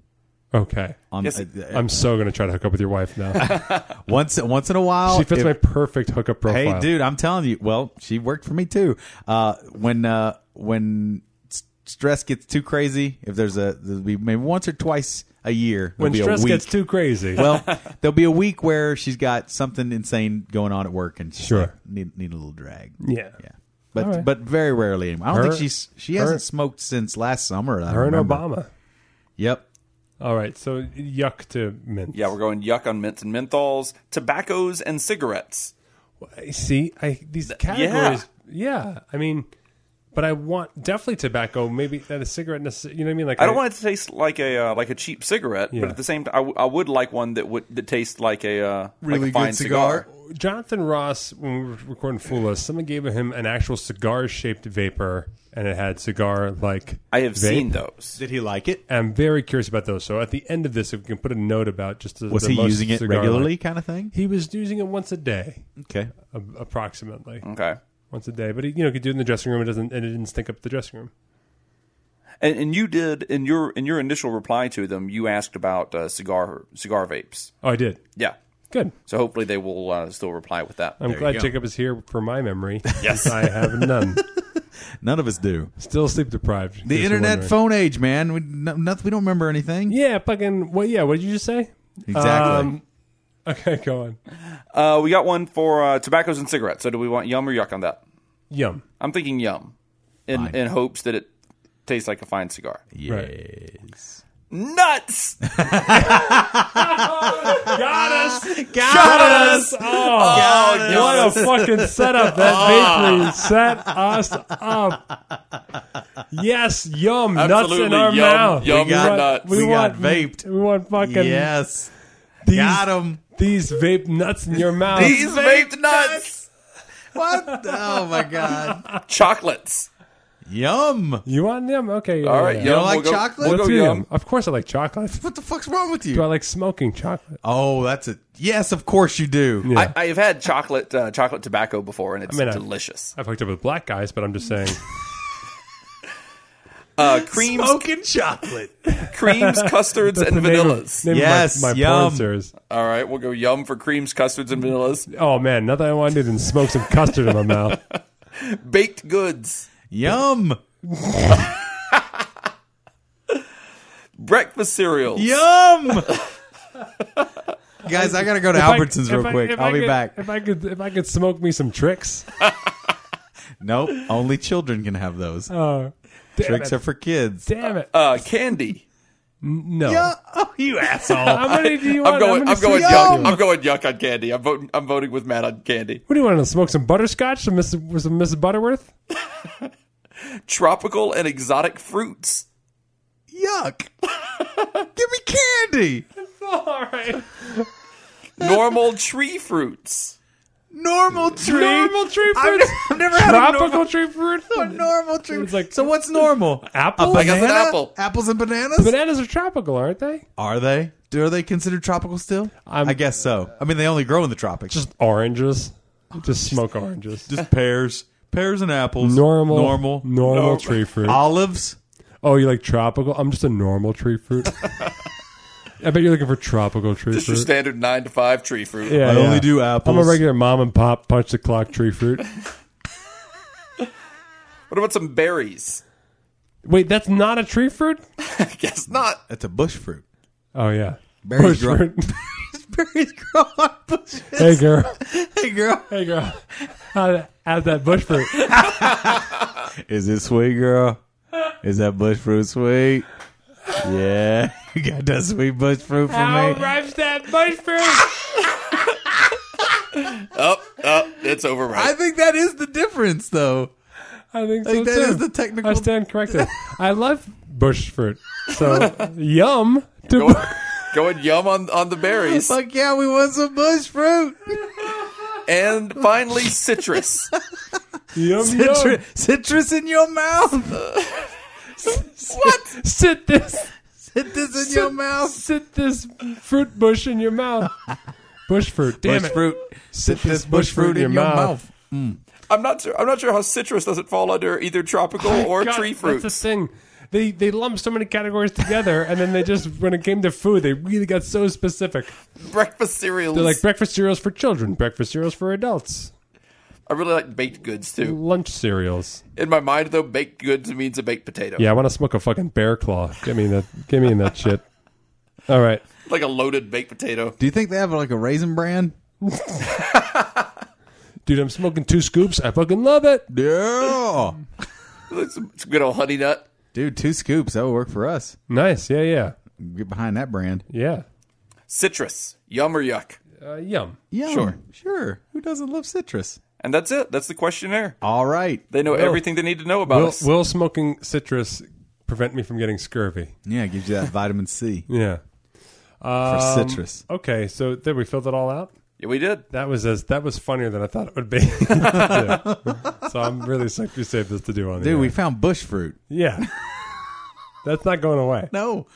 Okay. On, Yes, uh, uh, I'm so gonna try to hook up with your wife now. once once in a while, she fits if- my perfect hookup profile. Hey, dude, I'm telling you. Well, she worked for me too. Uh, when uh, when s- stress gets too crazy, if there's a there'll be maybe once or twice a year, there'll when be a stress week- gets too crazy. well, there'll be a week where she's got something insane going on at work, and she's Sure. like, need need a little drag. yeah. yeah. But All right. but very rarely. anymore. I don't Her- think she's she her- hasn't smoked since last summer. I Her and remember. Obama. Yep. All right, so yuck to mint. Yeah, we're going yuck on mints and menthols, tobaccos and cigarettes. See, I these categories. Yeah. I mean, but I want definitely tobacco. Maybe not a cigarette. necess- You know what I mean? Like I don't want it to taste like a uh, like a cheap cigarette, Yeah. but at the same time, I, w- I would like one that would that tastes like a uh, Really like a good fine cigar. Jonathan Ross when we were recording Fool Us, someone gave him an actual cigar shaped vapor, and it had cigar like. I have seen those. Did he like it? I'm very curious about those. So at the end of this, if we can put a note about just the, Was the he most using it cigar-like- regularly, kind of thing? He was using it once a day, Okay. a- approximately Okay, once a day. But he, you know, he could do it in the dressing room. It doesn't, and it didn't stink up the dressing room. and, and you did in your in your initial reply to them, you asked about uh, cigar cigar vapes. Oh, I did. Yeah, Good. so hopefully they will uh, still reply with that. I'm There you glad go. Jacob is here for my memory. Yes, I have none. None of us do. Still sleep deprived. in The case you're internet wondering. phone age, man. We, no, nothing, we don't remember anything. Yeah, fucking. What? Yeah. What did you just say? Exactly. Um, okay, go on. Uh, we got one for uh, tobaccos and cigarettes. So do we want yum or yuck on that? Yum. I'm thinking yum, in Fine. in hopes that it tastes like a fine cigar. yes. Nuts. Got us. Got us. Ah. Oh, what a fucking setup that bakery set us up. Yes, yum. nuts in Absolutely, our yum, mouth. yum we for want, nuts. We got want- vaped. We want fucking Yes. these, Got him. these vape nuts in your mouth. These vaped nuts. What? Oh my god. Chocolates. Yum. you want them? Okay. yeah, All right, yeah. yum. don't like we'll go, chocolate? We'll Let's go do yum. them. Of course, I like chocolate. What the fuck's wrong with Do I you? like smoking chocolate? Oh, that's a yes. Of course you do. I, I have had chocolate uh, chocolate tobacco before, and it's mean, I- delicious. I've hooked up with black guys, but I'm just saying. Uh, creams, Smoking chocolate. creams, custards, and The name of- vanillas. name of Yes, my, my yum. porn series. All right, we'll go yum for creams, custards, and vanillas. Oh man, nothing I want to do than smoke some custard in my mouth. Baked goods, Yum. breakfast cereals. Yum. Guys, I gotta go to If I- Albertsons if real I- quick. if I'll I be could- back. If I could, if I could smoke me some tricks. Nope. Only children can have those. Uh, damn Tricks it, are for kids. damn it. Uh, candy. No. Oh, you asshole. How many do you want? I'm going. gonna I'm going say- yuck. I'm going yuck on candy. I'm voting. I'm voting with Matt on candy. What do you want to smoke? Some butterscotch? Some Mrs. Some Mrs. Butterworth? Tropical and exotic fruits. Yuck. Give me candy. All right. Normal tree fruits. Normal tree. Normal tree I've, fruit. I've never had a normal Tropical tree fruit. a normal tree. It's like- so what's normal? Apple? A Like I said, banana? apple. Apples and bananas? Bananas are tropical, aren't they? Are they? Do are they considered tropical still? I'm- I guess so. I mean, they only grow in the tropics. Just oranges. Just smoke oranges. just pears, pears and apples. normal, normal. normal tree fruit. Olives. Oh, you like tropical? I'm just a normal tree fruit. I bet you're looking for tropical tree Just your fruit. standard nine to five tree fruit. Yeah, I yeah. only do I'm a apples. regular mom and pop punch the clock tree fruit. What about some berries? Wait, that's not a tree fruit? I guess not. That's a bush fruit. Oh yeah, Bush Berries grow- fruit. Berries grow on bushes. hey girl, Hey, girl. hey girl, how's how's that bush fruit? Is it sweet, girl? Is that bush fruit sweet? Yeah. You got that sweet bush fruit for How me? ripe's that bush fruit? Up, up. It's overripe. I think that is the difference, though. I think so Like, that too. is the technical- I stand corrected. I love bush fruit. So yum to Going, going yum on, on the berries. Fuck yeah, we want some bush fruit. And finally, citrus. yum Citru- citrus in your mouth. yum. Sit this, Sit this in your mouth. sit this fruit bush in your mouth. Bush fruit. Damn bush it. fruit. Sit this bush fruit in your mouth. I'm not sure. I'm not sure how citrus doesn't fall under either tropical or Oh God, tree fruit. That's the thing. They they lump so many categories together, and then they just when it came to food, they really got so specific. Breakfast cereals. They're like breakfast cereals for children, breakfast cereals for adults, I really like baked goods too. lunch cereals. In my mind, though, baked goods means a baked potato. Yeah, I want to smoke a fucking bear claw. Get me in that. Get me in that shit. All right. Like a loaded baked potato. Do you think they have like a raisin brand? Dude, I'm smoking two scoops. I fucking love it. Yeah. It's a it's a good old honey nut. Dude, two scoops. That would work for us. Nice. Yeah, yeah, Get behind that brand. yeah. Citrus. Yum or yuck. Uh, yum. Yeah. Sure. Sure. Who doesn't love citrus? And that's it. That's the questionnaire. All right. They know everything they need to know about Will, us. will smoking citrus prevent me from getting scurvy? Yeah, it gives you that vitamin C Yeah. for citrus. Okay. So there we filled it all out. yeah, we did. That was as that was funnier than I thought it would be. Yeah. So I'm really psyched we saved this to do on the Dude, air. we found bush fruit. yeah. That's not going away. No.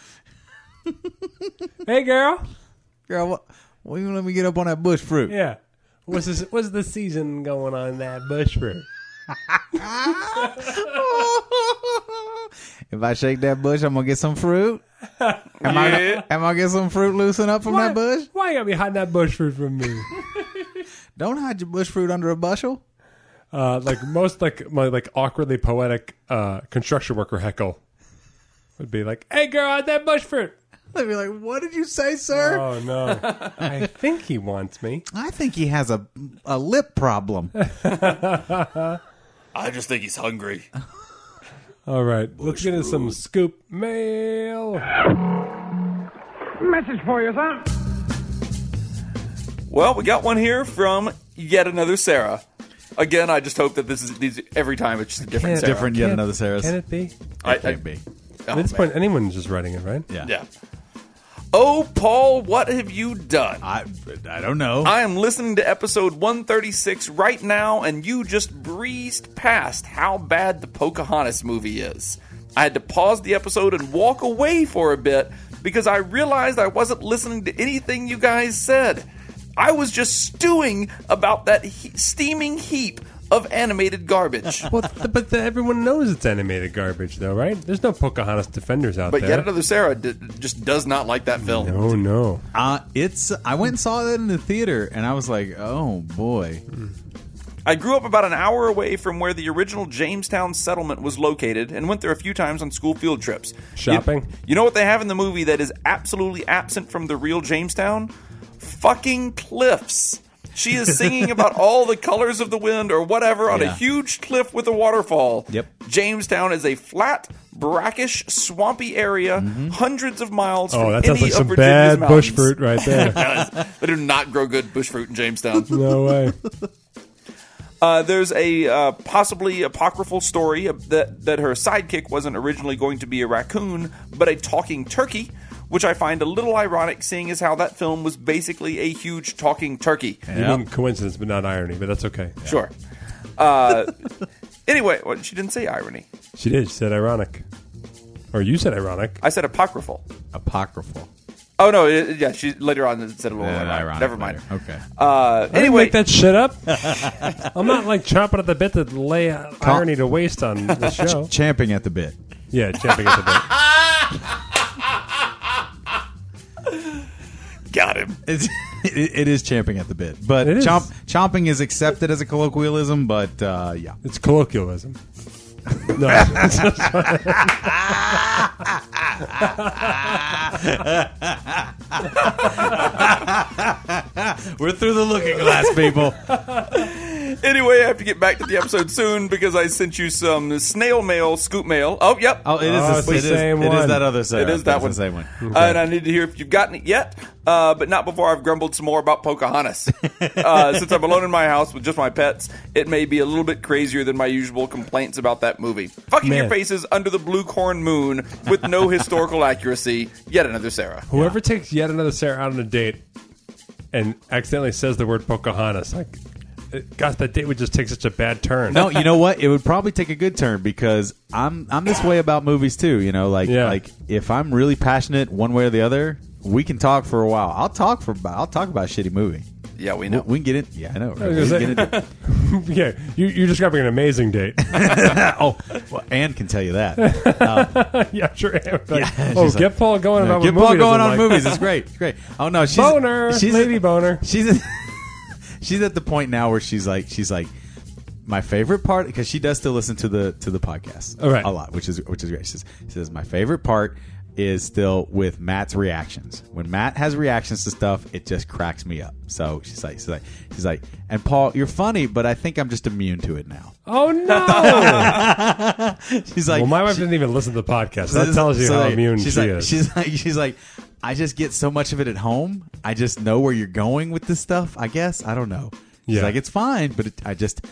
Hey, girl. Girl, what, what you gonna let me get up on that bush fruit? Yeah. What's this, what's the season going on in that bush fruit? if I shake that bush, I'm gonna get some fruit. Am Yeah. I am I get some fruit loosened up from that bush? Why you gotta be hiding that bush fruit from me? Don't hide your bush fruit under a bushel. Uh, like most like my like awkwardly poetic uh, construction worker heckle would be like, "Hey, girl, how's that bush fruit?" They'd be like, "What did you say, sir?" Oh no, I think he wants me. I think he has a a lip problem. I just think he's hungry. All right, let's get into some scoop mail. Message for you, sir. Well, we got one here from yet another Sarah. Again, I just hope that this is these every time it's just a different Sarah. Different yet another Sarah's. Can it be? I, I, Can't be. oh, At this man. point, anyone's just writing it, right? Yeah. yeah. Oh, Paul, what have you done? I I don't know. I am listening to episode 136 right now, and you just breezed past how bad the Pocahontas movie is. I had to pause the episode and walk away for a bit because I realized I wasn't listening to anything you guys said. I was just stewing about that he- steaming heap of animated garbage. Well, th- but the, everyone knows it's animated garbage, though, right? There's no Pocahontas defenders out but there. yet another Sarah d- just does not like that film. oh no, Uh, it's I went and saw that in the theater, and I was like, "Oh boy, I grew up about an hour away from where the original Jamestown settlement was located and went there a few times on school field trips. Shopping? You, you know what they have in the movie that is absolutely absent from the real Jamestown? Fucking cliffs. She is singing about all the colors of the wind or whatever on a Yeah. huge cliff with a waterfall. Yep. Jamestown is a flat, brackish, swampy area, hundreds of miles Mm-hmm. oh from that any sounds like of some Virginia's bad bush mountains. fruit right there. They do not grow good bush fruit in Jamestown. no way. Uh, there's a uh, possibly apocryphal story of- that that her sidekick wasn't originally going to be a raccoon, but a talking turkey, which I find a little ironic, seeing as how that film was basically a huge talking turkey. You mean coincidence, but not irony. But that's okay. Sure. Uh, anyway, well, she didn't say irony. She did. She said ironic. Or you said ironic. I said apocryphal. apocryphal." Oh no, it, yeah. She later on said a little Yeah, ironic. ironic Never mind. later. Okay. Uh, I didn't anyway, make that shit up. I'm not like chopping at the bit to lay irony to waste on the show. Champing at the bit. yeah, chopping at the bit. Got him. It's, it, it is champing at the bit, but It is. chomp, chomping is accepted as a colloquialism. But uh, yeah, It's colloquialism. No, we're through the looking glass, people. Anyway, I have to get back to the episode soon because I sent you some snail mail, scoop mail. Oh, yep. Oh, it is. Oh, this- it's the it is- same It is one. that other. Sarah. It is that It's one. The same one. Uh, and I need to hear if you've gotten it yet, uh, but not before I've grumbled some more about Pocahontas. uh, since I'm alone in my house with just my pets, it may be a little bit crazier than my usual complaints about that movie. Fucking your Man. faces under the blue corn moon with no historical accuracy. Yet another Sarah. Whoever takes yet another Sarah out on a date and accidentally says the word Pocahontas, like, it- gosh, that date would just take such a bad turn. no, you know what? It would probably take a good turn because I'm I'm this way about movies too. You know, like Yeah. like if I'm really passionate one way or the other, we can talk for a while. I'll talk for I'll talk about a shitty movie. Yeah, we know. We can get it. Yeah, I know. Right? I We was can gonna get into it. yeah, you, you're describing an amazing date. Oh, well, Anne can tell you that. yeah, sure. Like, Yeah, oh, she's get like, Paul going about Get what Paul movie going doesn't on like. movies. It's great. It's great. Oh no, she's Boner, She's lady boner. She's she's at the point now where she's like she's like my favorite part because she does still listen to the to the podcast All right. a lot, which is which is great. She says, she says my favorite part is still with Matt's reactions. When Matt has reactions to stuff, it just cracks me up. So she's like she's like she's like and Paul, you're funny, but I think I'm just immune to it now. Oh no! She's like well, my wife she- didn't even listen to the podcast. so That this- tells you so how like, immune she she's like, is. She's like, she's like, I just get so much of it at home. I just know where you're going with this stuff. I guess I don't know. She's Yeah. like, it's fine, but it, I just,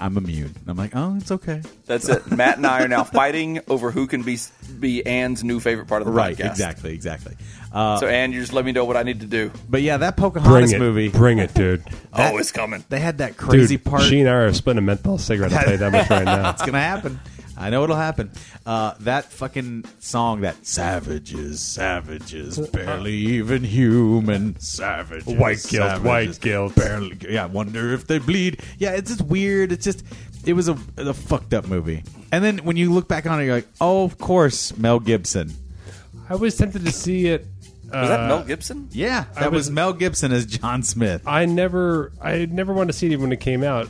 I'm immune. And I'm like, oh, it's okay. That's it. Matt and I are now fighting over who can be be Anne's new favorite part of the Right. podcast. Exactly. Exactly. Uh, So, Anne, you just let me know what I need to do. but yeah, that Bring Pocahontas it, movie. bring it, dude. oh, it's coming. They had that Dude, crazy part. she and I are splitting a menthol cigarette. I'll tell you that much right now. it's gonna happen. I know it'll happen. Uh, that fucking song, that savages, Uh, savages, barely even human, savages, White guilt, white guilt. barely. Yeah, I wonder if they bleed. Yeah, it's just weird. It's just, it was a, a fucked up movie. And then when you look back on it, you're like, oh, of course, Mel Gibson. I was tempted to see it. uh, Was that Mel Gibson? Uh, Yeah, that was, was- Mel Gibson as John Smith. I never, I never wanted to see it even when it came out,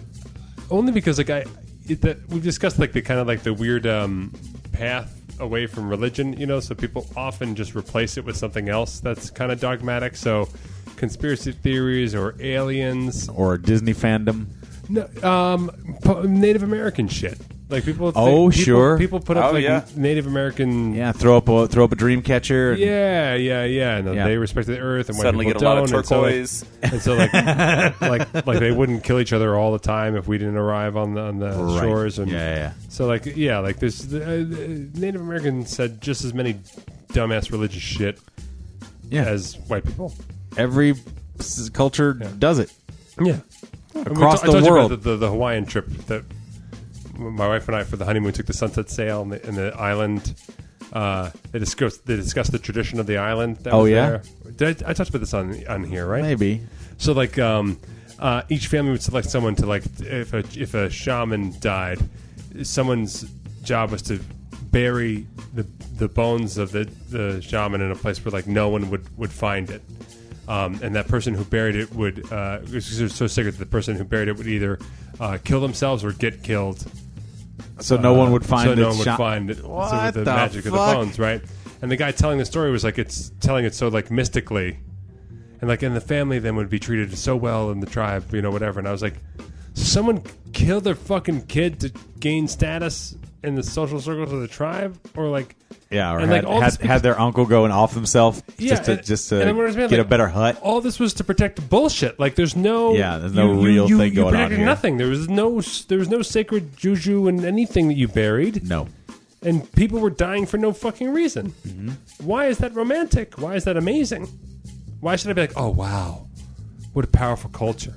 only because like I, it, that we've discussed like the kind of like the weird um, path away from religion, you know. So people often just replace it with something else that's kind of dogmatic. So conspiracy theories or aliens, Or Disney fandom. no, um, po- Native American shit. Like people, think- Oh, people- sure. people put up Oh, like yeah. Native American. Yeah, throw up a throw up a dream catcher. and- Yeah, yeah, yeah. And Yeah. they respected the earth, and white Suddenly people get a lot don't. of And turquoise. so, like, and so, like, like, like they wouldn't kill each other all the time if we didn't arrive on the on the Right. shores. And Yeah, yeah, yeah. So, like, yeah, like this uh, Native Americans said just as many dumbass religious shit yeah. as white people. every s- culture does it. Yeah, Across the world. the, the, the Hawaiian trip that my wife and I for the honeymoon took the sunset sail in the, in the island. Uh, they discussed they discussed the tradition of the island. That Oh, was yeah? there. Did I, I touched about this on on here, right? Maybe. So like, um, uh, each family would select someone to like, if a if a shaman died, someone's job was to bury the the bones of the the shaman in a place where like no one would would find it. Um, and that person who buried it would uh, it was so sacred that the person who buried it would either uh, kill themselves or get killed So no one would find Uh, so it. no one would find it. so What with the, the magic of the fuck? bones, right? And the guy telling the story was like it's telling it so like mystically, and like and the family then would be treated so well in the tribe, you know, whatever. And I was like, someone killed their fucking kid to gain status in the social circles of the tribe, or like Yeah, or and had, like all had, this had their uncle go and off himself yeah, just to, and- just and to I'm just saying, get a like, better hut. All this was to protect bullshit. Like there's no Yeah, there's no real you thing going on protected here. Nothing. There was no there was no sacred juju and anything that you buried. No. and people were dying for no fucking reason. Mm-hmm. Why is that romantic? Why is that amazing? Why should I be like, oh wow, what a powerful culture?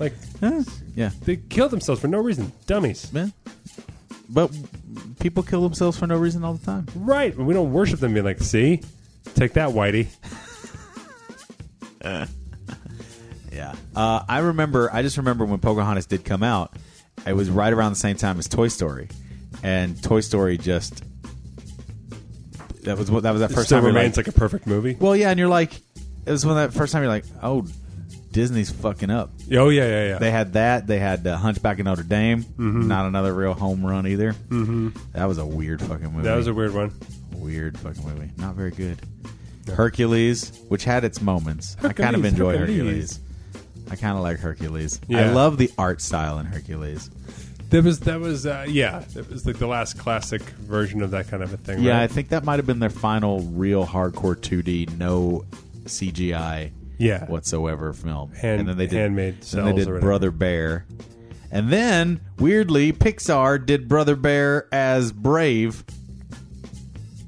Like Huh? Yeah. they kill themselves for no reason, dummies. Man. But people kill themselves for no reason all the time. Right? We don't worship them. Be like, see, take that, Whitey. Yeah. Uh, I remember. I just remember when Pocahontas did come out. It was right around the same time as Toy Story, and Toy Story just that was what that was that first Still time. you're remains like, a perfect movie. Well, yeah, and you're like, it was when that first time you're like, oh, Disney's fucking up. Oh yeah, yeah, yeah. They had that. They had uh, Hunchback of Notre Dame. Mm-hmm. Not another real home run either. Mm-hmm. That was a weird fucking movie. that was a weird one. weird fucking movie. Not very good. Hercules, which had its moments. I kind of Hercules, enjoy Hercules. Hercules. I kind of like Hercules. I Yeah. love the art style in Hercules. That was that was uh, yeah. That was like the last classic version of that kind of a thing. Yeah, I right? think that might have been their final real hardcore 2D, no CGI, Yeah. whatsoever film. Hand- handmade then they cells or did whatever. Brother Bear, and then weirdly, Pixar did Brother Bear as Brave.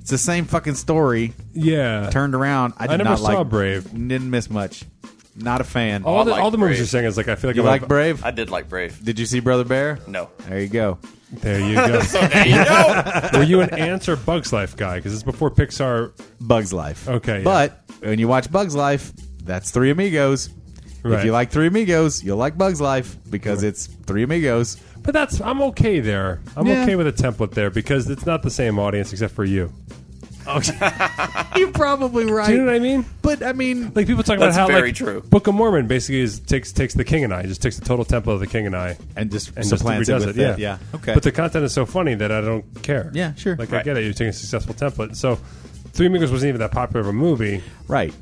It's the same fucking story yeah. turned around. I, did never not saw like, Brave. Didn't miss much. Not a fan. all the I like all the movies Brave. you're saying is like I feel like you I'm like Brave? I did like Brave. Did you see Brother Bear? No. There you go. There you go. There you go. Were you an Ants or Bugs Life guy? Because it's before Pixar. Bugs Life. Okay, yeah. But when you watch Bugs Life, that's Three Amigos. If Right. you like Three Amigos, you'll like Bugs Life because it's Three Amigos. But that's I'm okay there. I'm Yeah. okay with a template there because it's not the same audience except for you. You're probably right. Do you know what I mean? But I mean, Like people talk about That's how very like true. Book of Mormon basically is, takes takes the King and I just takes the total template of the King and I and just and just supplants redoes it it. with yeah, that. Yeah. Okay. But the content is so funny that I don't care. Yeah, sure. Like I Right. get it. You're taking a successful template. So Three Amigos wasn't even that popular of a movie. right.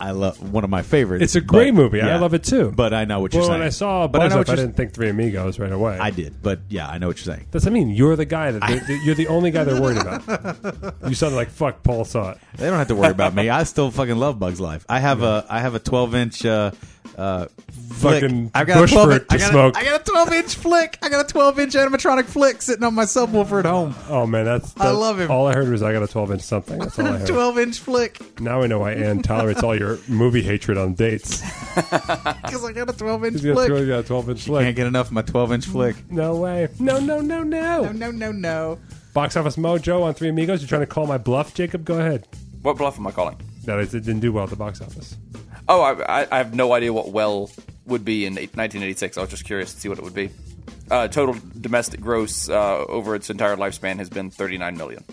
I love one of my favorites. It's a great but- movie. I yeah. love it too. But I know what you're Well, saying. when I saw but I Bugs know Life, what I you're didn't think Three Amigos right away. I did. But yeah, I know what you're saying. That's what I mean. You're the guy that they, you're the only guy they're worried about. You sounded like fuck. Paul saw it. They don't have to worry about me. I still fucking love Bugs Life. I have a I have a 12 inch uh, uh, flick. Fucking I've got bush a 12 fruit to I got smoke. A, I got a 12 inch flick. I got a 12 inch animatronic flick sitting on my subwoofer at home. Oh man, that's, I that's- love him. All I heard was I got a 12 inch something. That's all I heard. 12 inch flick Now I know why Anne tolerates all your movie hatred on dates. because I got a 12 inch She's gonna throw flick. you a 12 inch Can't flick. get enough of my 12 inch flick. No way. No, no, no, no, No, no, no, no. Box office mojo on Three Amigos. You're trying to call my bluff, Jacob? Go ahead. What bluff am I calling? That is, it didn't do well at the box office. Oh, I, I, I have no idea what well would be in eight- 1986. I was just curious to see what it would be. Uh, total domestic gross uh, over its entire lifespan has been 39 million.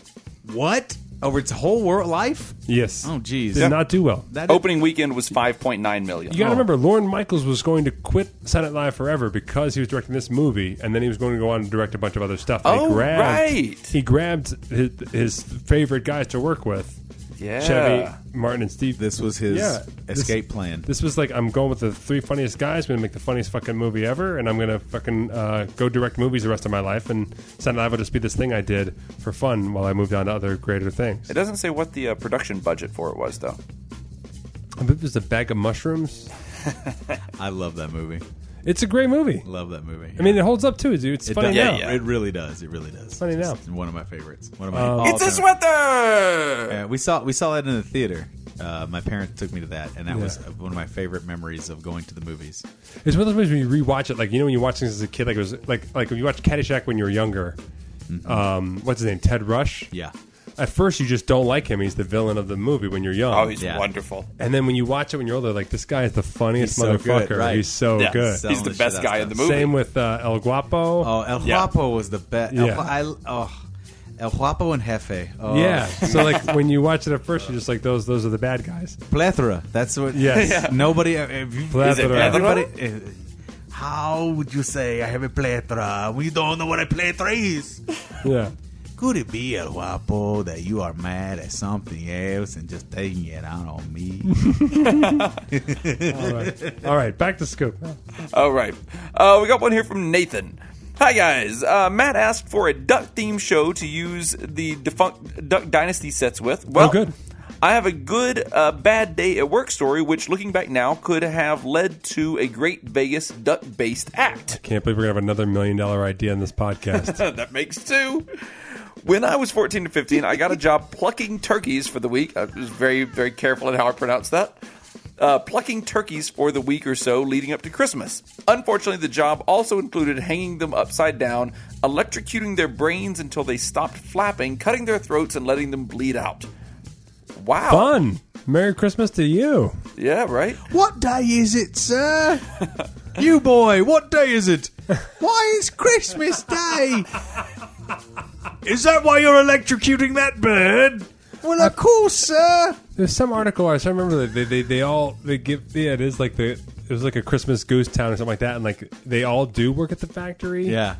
What? Over its whole world life? Yes. Oh, jeez. Did not do well. That Opening weekend was 5.9 million. You gotta remember, Lauren Michaels was going to quit Senate Live forever because he was directing this movie, and then he was going to go on and direct a bunch of other stuff. And Oh, he grabbed, right. He grabbed his, his favorite guys to work with, Yeah. Chevy, Martin, and Steve. This was his Yeah, this- escape plan. This was like, I'm going with the three funniest guys. I'm gonna make the funniest fucking movie ever, and I'm gonna fucking uh, go direct movies the rest of my life. And Senate Live would just be this thing I did for fun while I moved on to other greater things. It doesn't say what the uh, production budget for it was, though. I believe it was a bag of mushrooms. I love that movie. It's a great movie. Love that movie. I mean, it holds up too, dude. It's funny does. now. Yeah, yeah. It really does. It really does. Funny now. Um, It's One of my favorites. One of my. all it's a time. sweater! Yeah, we saw we saw that in the theater. Uh, my parents took me to that, and that was Yeah. one of my favorite memories of going to the movies. It's one of those movies when you rewatch it, like you know when you watch things as a kid, like it was like like when you watch Caddyshack when you were younger. Um, what's his name? Ted Rush. Mm-hmm. Yeah, At first, you just don't like him. He's the villain of the movie when you're young. Oh, he's Yeah. wonderful. and then when you watch it when you're older, like this guy is the funniest He's so motherfucker. Oh, good, right. He's so Yeah. good. So- He's the Selling best shit guy out in the of movie. Same with uh, El Guapo. Oh, El Yeah. Guapo was the best. Yeah. El, I, oh, El Guapo and Jefe. Oh, yeah. so like when you watch it at first, you're just like those those are the bad guys. plethora. That's what. Yes. Yeah. Nobody. uh, If you, Plethora. Is it everybody. plethora? eh, How would you say I have a plethora? We don't know what a plethora is. Yeah. Could it be El Guapo that you are mad at something else and just taking it out on me? All right. All right. Back to scoop. All right. Uh, we got one here from Nathan. Hi, guys. Uh, Matt asked for a duck themed show to use the defunct Duck Dynasty sets with. Well, good. I have a good uh, bad day at work story, which looking back now could have led to a great Vegas duck based act. Can't believe we're gonna have another million dollar idea in this podcast. that makes two. When I was 14 to 15, I got a job plucking turkeys for the week. I was very, very careful in how I pronounced that. Uh, plucking turkeys for the week or so leading up to Christmas. Unfortunately, the job also included hanging them upside down, electrocuting their brains until they stopped flapping, cutting their throats, and letting them bleed out. Wow. Fun. Merry Christmas to you. Yeah, right? What day is it, sir? you boy, what day is it? Why is Christmas Day? Is that why you're electrocuting that bird? Uh, Well, of course, sir. There's some article I still remember that they, they they all they give yeah it is like the it was like a Christmas goose town or something like that and like they all do work at the factory Yeah.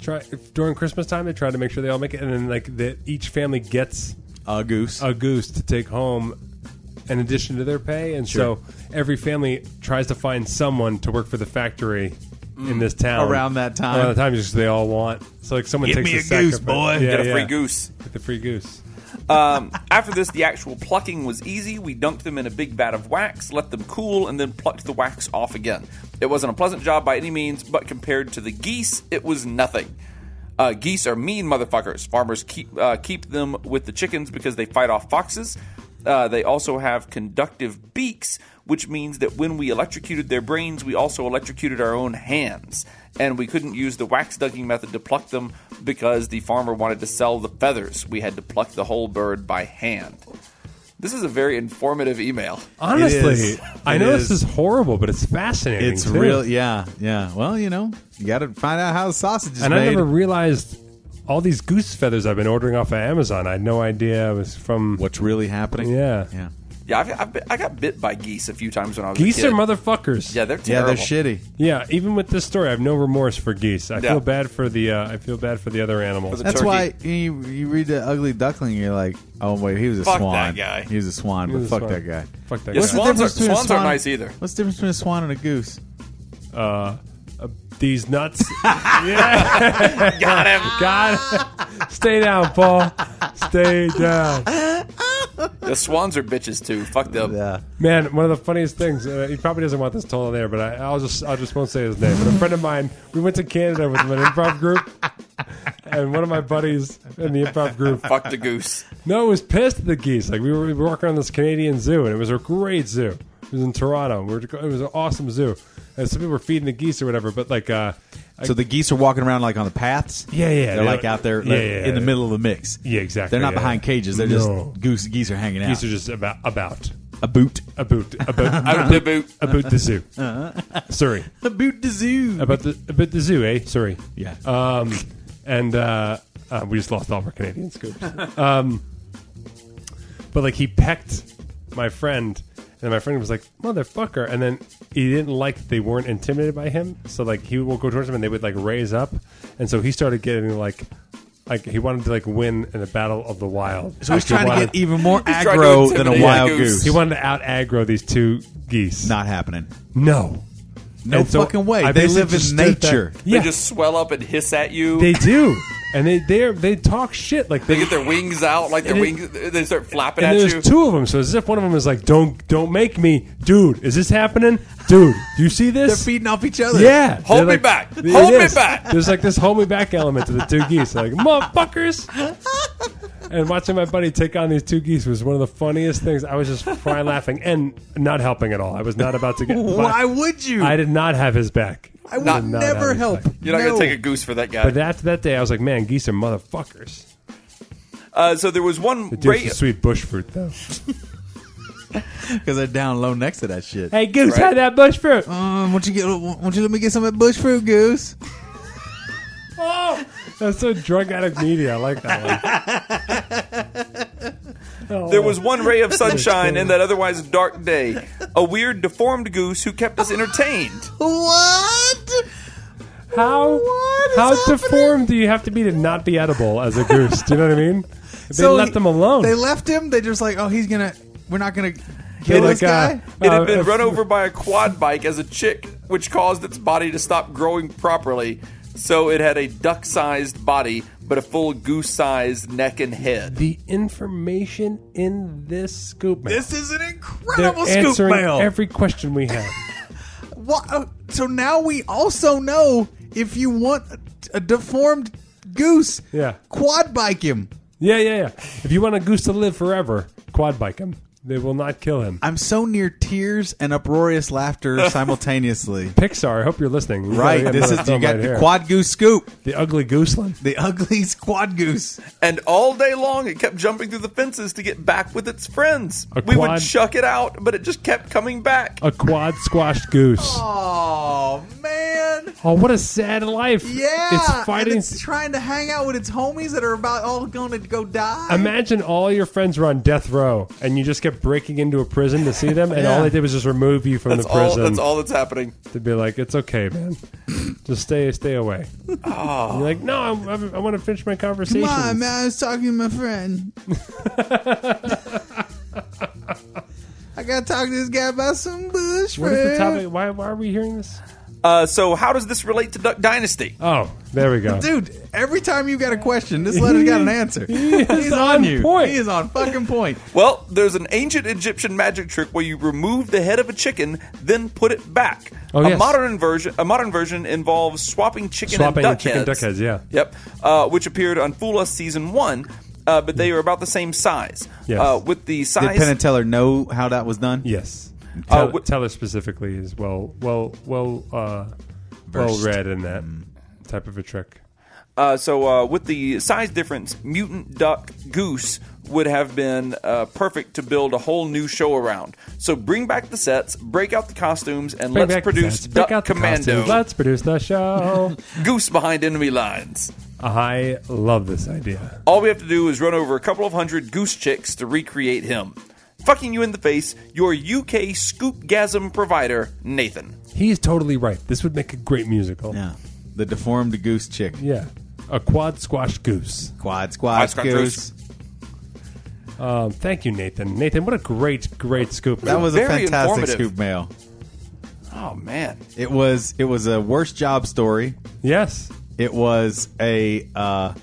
try during Christmas time they try to make sure they all make it and then like that each family gets A goose. a goose to take home in addition to their pay and so every family tries to find someone to work for the factory in this town Mm. Around that time. around the time just they all want so like someone takes Give me the a goose, sacrifice- boy. yeah, Get a free yeah. goose. Get the free goose Um, after this, the actual plucking was easy. We dunked them in a big vat of wax, let them cool, and then plucked the wax off again. It wasn't a pleasant job by any means, but compared to the geese, it was nothing. Uh, geese are mean motherfuckers. Farmers keep uh, keep them with the chickens because they fight off foxes. Uh, they also have conductive beaks, which means that when we electrocuted their brains, we also electrocuted our own hands. And we couldn't use the wax dunking method to pluck them because the farmer wanted to sell the feathers. We had to pluck the whole bird by hand. This is a very informative email. honestly I It know is. this is horrible but it's fascinating It's too. real. Yeah. Yeah. Well, you know, you got to find out how the sausage is and made. I never realized all these goose feathers I've been ordering off of Amazon I had no idea it was from What's really happening? Yeah. Yeah. Yeah, I've, I've been, I got bit by geese a few times when I was a geese kid. are motherfuckers yeah, they're Yeah, terrible. they're shitty. Yeah, even with this story, I have no remorse for geese. I Yeah. feel bad for the uh, I feel bad for the other animals. the- That's Turkey. why you, you read the ugly duckling, you're like, oh wait, he was a Fuck swan. that guy. He was a swan, but was a fuck swan. that guy. Fuck that guy. Yeah, What's the Swans are- difference between a swans aren't swan- nice either. What's the difference between a swan and a goose? These nuts. got him. God, stay down, Paul. Stay down, The swans are bitches too. Fuck them. Yeah. man. One of the funniest things. Uh, he probably doesn't want this told on there, but I, I'll just I'll just won't say his name. But a friend of mine, we went to Canada with an improv group, and one of my buddies in the improv group Fuck the goose. No, it was pissed at the geese. Like we were, we were walking around this Canadian zoo, and it was a great zoo. It was in Toronto. We were, it was an awesome zoo, and some people were feeding the geese or whatever. But like, uh, I- So the geese are walking around like on the paths. Yeah, yeah, They're they like don't- out there yeah, like, yeah, in the yeah. middle of the mix. Yeah, exactly, They're not yeah. behind cages. They're No. just goose. Geese are hanging out. geese are just about about a boot. about about Out the boot. about the zoo. Sorry, A boot to zoo. about the about the zoo, eh? Sorry. yeah. Um, and uh, uh, we just lost all of our Canadian scoops. Um, but like he pecked my friend, and my friend was like, "Motherfucker!" And then he didn't like that they weren't intimidated by him, so like he would go towards them, and they would like raise up, and so he started getting like. Like he wanted to like win in the battle of the wild. so he's Like, he trying to wanted- get even more He's trying to aggro than a intimidate wild the goose. goose. He wanted to out aggro these two geese. not happening. No, No And so fucking way. I they basically live just in stood there. nature. Yeah, They just swell up and hiss at you. they do, and they they are they talk shit like They get their wings out, like their it- wings. They start flapping and at there's you. two of them. So it's as if one of them is like, "Don't, don't make me, dude. Is this happening, dude? Do you see They're this? feeding off each other. yeah, Hold They're me like- back. It Hold me is. back. There's like this hold me back element to the two geese, like motherfuckers. And watching my buddy take on these two geese was one of the funniest things. I was just crying laughing and not helping at all. I was not about to get. Why would you? I did not have his back. I would Not- not never having help. sex. You're not No. gonna take a goose for that guy. But after that day, I was like, man, geese are motherfuckers. uh, so there was one. Dude, Ra- it's a sweet bush fruit though. because they're down low next to that shit. Hey, goose, Right. have that bush fruit. Um, won't you get? Won't you let me get some of that bush fruit, Goose? That's so drug addict media. I like that one. Oh. There was one ray of sunshine in that otherwise dark day. A weird, deformed goose who kept us entertained. What? How What is how happening? deformed do you have to be to not be edible as a goose? Do you know what I mean? They left them alone. They left him. They just like, oh, he's gonna. We're not gonna They're kill this guy. uh, It had uh, been if- run over by a quad bike as a chick, which caused its body to stop growing properly. So it had a duck sized body, but a full goose sized neck and head. The information in this scoop mail. this is an They're incredible scoop answering mail. every question we have. Wha- uh, so now we also know if you want a, a deformed goose, Yeah. quad bike him. yeah, yeah, yeah. If you want a goose to live forever, quad bike him. They will not kill him. I'm so near tears and uproarious laughter simultaneously. Pixar, I hope you're listening. You Right, gotta get this another is you film got right the here. quad goose scoop, the ugly gooseling. the ugly quad goose. And all day long, it kept jumping through the fences to get back with its friends. A we would quad- chuck it out, but it just kept coming back. A quad squashed goose. Oh man, Oh, what a sad life! Yeah, it's and fighting. it's trying to hang out with its homies that are about all going to go die. Imagine all your friends were on death row, and you just kept breaking into a prison to see them, and Yeah. all they did was just remove you from That's the all. prison. That's all that's happening. to be like, it's okay, man. Just stay, stay away. And You're like, no, I'm, I'm, I want to finish my conversation. man, I was talking to my friend. I got to talk to this guy about some bush. What is the topic? Why, why are we hearing this? Uh, so, how does this relate to Duck Dynasty? Oh, there we go. Dude, every time you got a question, this letter's got an answer. He's on, on you. point. He is on fucking point. Well, there's an ancient Egyptian magic trick where you remove the head of a chicken, then put it back. Oh, a yes. modern version, a modern version involves swapping chicken Swapping and duck chicken heads. duck heads, yeah. Yep, uh, which appeared on Fool Us season one, uh, but they are about the same size. Yes. Uh, with the Did size, Penn and Teller know how that was done? Yes. Uh, Tell, wh- Teller specifically is well, well, well, uh, well Versed. Mm. read in that type of a trick. uh, so uh, with the size difference, mutant duck goose would have been uh, perfect to build a whole new show around. So bring back the sets, break out the costumes, and Bring let's back produce sets, break Duck out the Commando costumes, Let's produce the show. Goose behind enemy lines. I love this idea. All we have to do is run over a couple of hundred goose chicks to recreate him. Fucking you in the face, your UK scoopgasm provider, Nathan. He's totally right. This would make a great musical. Yeah. The deformed goose chick. Yeah. A quad squash goose. Quad squad Quad squad goose. Um, thank you, Nathan. Nathan, what a great, great scoop. That was a Very fantastic informative. scoop mail. Oh man. It was it was a worst job story. yes. It was a uh,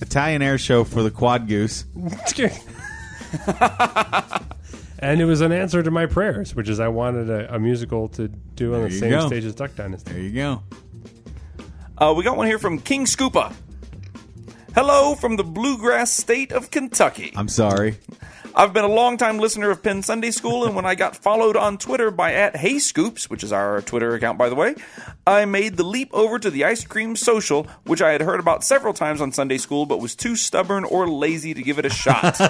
Italian air show for the quad goose. and it was an answer to my prayers, which is I wanted a, a musical to do on There the you same go. stage as Duck Dynasty. There you go. Uh, we got one here from King Scoopa. Hello from the bluegrass state of Kentucky. I'm sorry. I've been a longtime listener of Penn Sunday School, and when I got followed on Twitter by at Hey Scoops, which is our Twitter account, by the way, I made the leap over to the ice cream social, which I had heard about several times on Sunday School, but was too stubborn or lazy to give it a shot.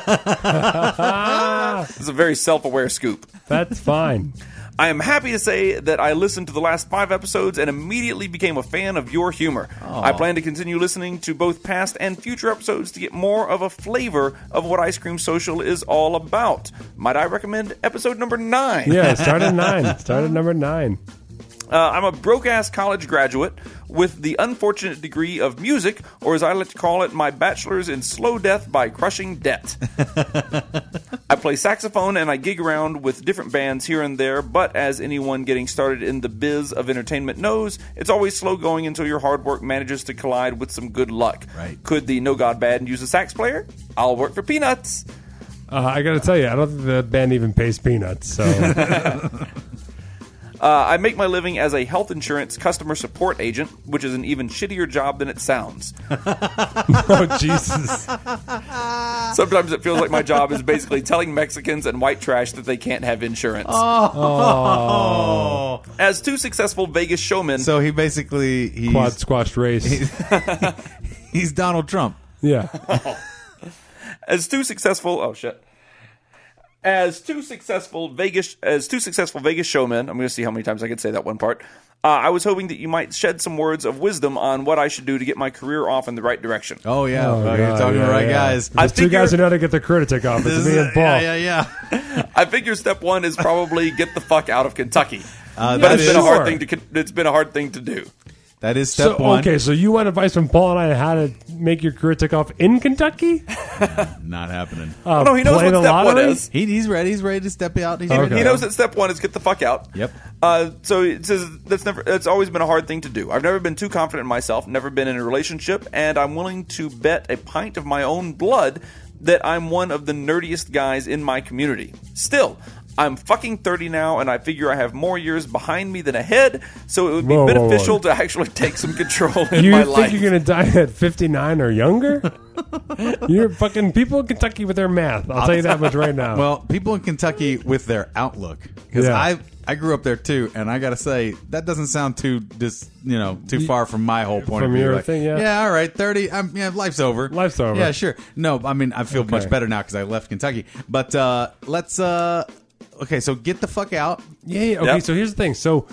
it's a very self-aware scoop. That's fine. I am happy to say that I listened to the last five episodes and immediately became a fan of your humor. I plan to continue listening to both past and future episodes to get more of a flavor of what Ice Cream Social is all about. Might I recommend episode number nine? Yeah, start at nine. Start at number nine. Uh, I'm a broke ass college graduate with the unfortunate degree of music, or as I like to call it, my bachelor's in slow death by crushing debt. I play saxophone and I gig around with different bands here and there, but as anyone getting started in the biz of entertainment knows, it's always slow going until your hard work manages to collide with some good luck. Right. Could the No God Band use a sax player? I'll work for peanuts. Uh, I got to tell you, I don't think the band even pays peanuts. So Uh, I make my living as a health insurance customer support agent, which is an even shittier job than it sounds. oh, Jesus. Sometimes it feels like my job is basically telling Mexicans and white trash that they can't have insurance. As two successful Vegas showmen, Oh. So he basically he's Quad squashed race. he's Donald Trump. Yeah. as two successful, oh shit. As two successful Vegas, as two successful Vegas showmen, I'm going to see how many times I can say that one part. Uh, I was hoping that you might shed some words of wisdom on what I should do to get my career off in the right direction. Oh yeah, Well, you're God, Uh, talking to yeah, the right yeah. guys. There's two figure- guys who know how to get their career to take off. It's me and Paul. yeah, Uh, yeah, yeah. I figure step one is probably get the fuck out of Kentucky, but Uh, that it's been a is- hard thing to con- it's been a hard thing to do. That is So, step one. okay, so you want advice from Paul and I on how to make your career take off in Kentucky? Not happening. Uh, Oh no, he knows what play step the one lottery? is. He, he's ready. He's ready to step out. He's Okay. ready to He go. knows that step one is get the fuck out. Yep. Uh, so it says that's never that's always been a hard thing to do. I've never been too confident in myself, never been in a relationship, and I'm willing to bet a pint of my own blood that I'm one of the nerdiest guys in my community. Still, I'm fucking 30 now, and I figure I have more years behind me than ahead, so it would be Whoa, whoa, whoa. beneficial to actually take some control in You my think life. you're going to die at 59 or younger? you're fucking people in Kentucky with their math. I'll tell you that much right now. Well, people in Kentucky with their outlook, because Oh. Yeah. I I grew up there too, and I gotta say that doesn't sound too dis, you know too far from my whole point of From view. your Like, thing, yeah. all right, thirty. I'm, yeah, life's over. Life's over. Yeah, sure. No, I mean I feel Okay. much better now because I left Kentucky. But uh let's uh okay, so get the fuck out. yeah, yeah, okay, Yep. so here's the thing. So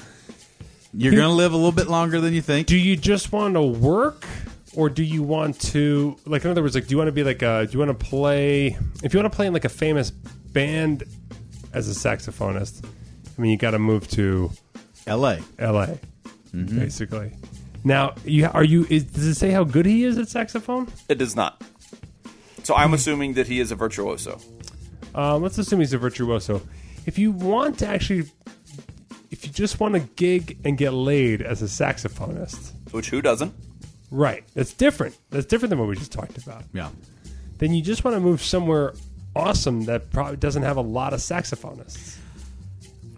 You're going to live a little bit longer than you think. do you just want to work or do you want to like in other words like do you want to be like a do you want to play if you want to play in like a famous band as a saxophonist i mean you got to move to L.A. la basically now you are you is, does it say how good he is at saxophone It does not. So I'm assuming that he is a virtuoso. um, let's assume he's a virtuoso if you want to actually if you just want to gig and get laid as a saxophonist Which who doesn't? right that's different that's different than what we just talked about Yeah. then you just want to move somewhere awesome that probably doesn't have a lot of saxophonists.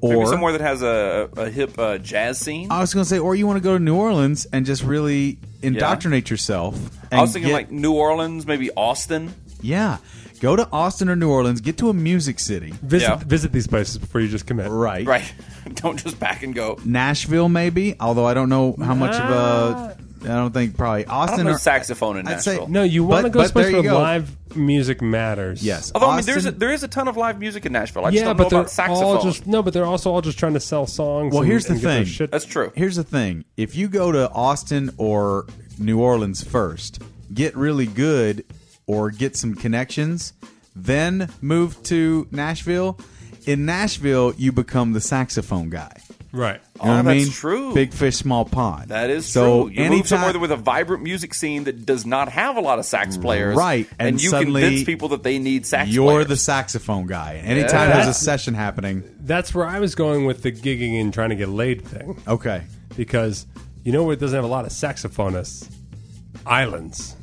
Maybe Or somewhere that has a, a hip uh, jazz scene. I was going to say, or you want to go to New Orleans and just really indoctrinate yourself. And I was thinking get- like New Orleans, maybe Austin. yeah, go to Austin or New Orleans, get to a music city, Visit Yeah. visit these places before you just commit. right? Right. Don't just back and go. Nashville, maybe. Although I don't know how much of Uh, a. I don't think probably I Austin don't know or saxophone in I'd say- Nashville. No, you want to But- go but someplace there where you go. live music matters. Yes. Although I mean, there's a, Austin- there is a ton of live music in Nashville. I just Yeah, don't know but they're about saxophone. all just no, but they're also all just trying to sell songs. Well, and- here's the and get their thing. shit- That's true. Here's the thing: if you go to Austin or New Orleans first, get really good or get some connections, then move to Nashville. In Nashville, you become the saxophone guy. right. You know Oh, what I that's mean? true. Big fish, small pond. That is so true. You anytime, move somewhere with a vibrant music scene that does not have a lot of sax players, Right, And, and you suddenly convince people that they need sax. you're the players. saxophone guy. And anytime Yeah. there's a session happening, That's where I was going with the gigging and trying to get laid thing okay. because you know what doesn't have a lot of saxophonists? Islands.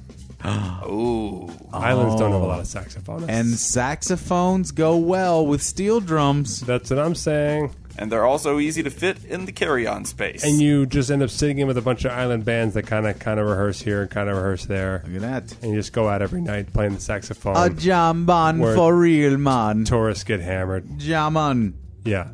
Ooh, Islands don't have a lot of saxophonists. Oh. And saxophones go well with steel drums. that's what I'm saying. and they're also easy to fit in the carry-on space. And you just end up sitting in with a bunch of island bands that kind of kind of rehearse here and kind of rehearse there. Look at that. and you just go out every night playing the saxophone. A jamban Word. for real, man. Tourists get hammered. Jamon. Yeah.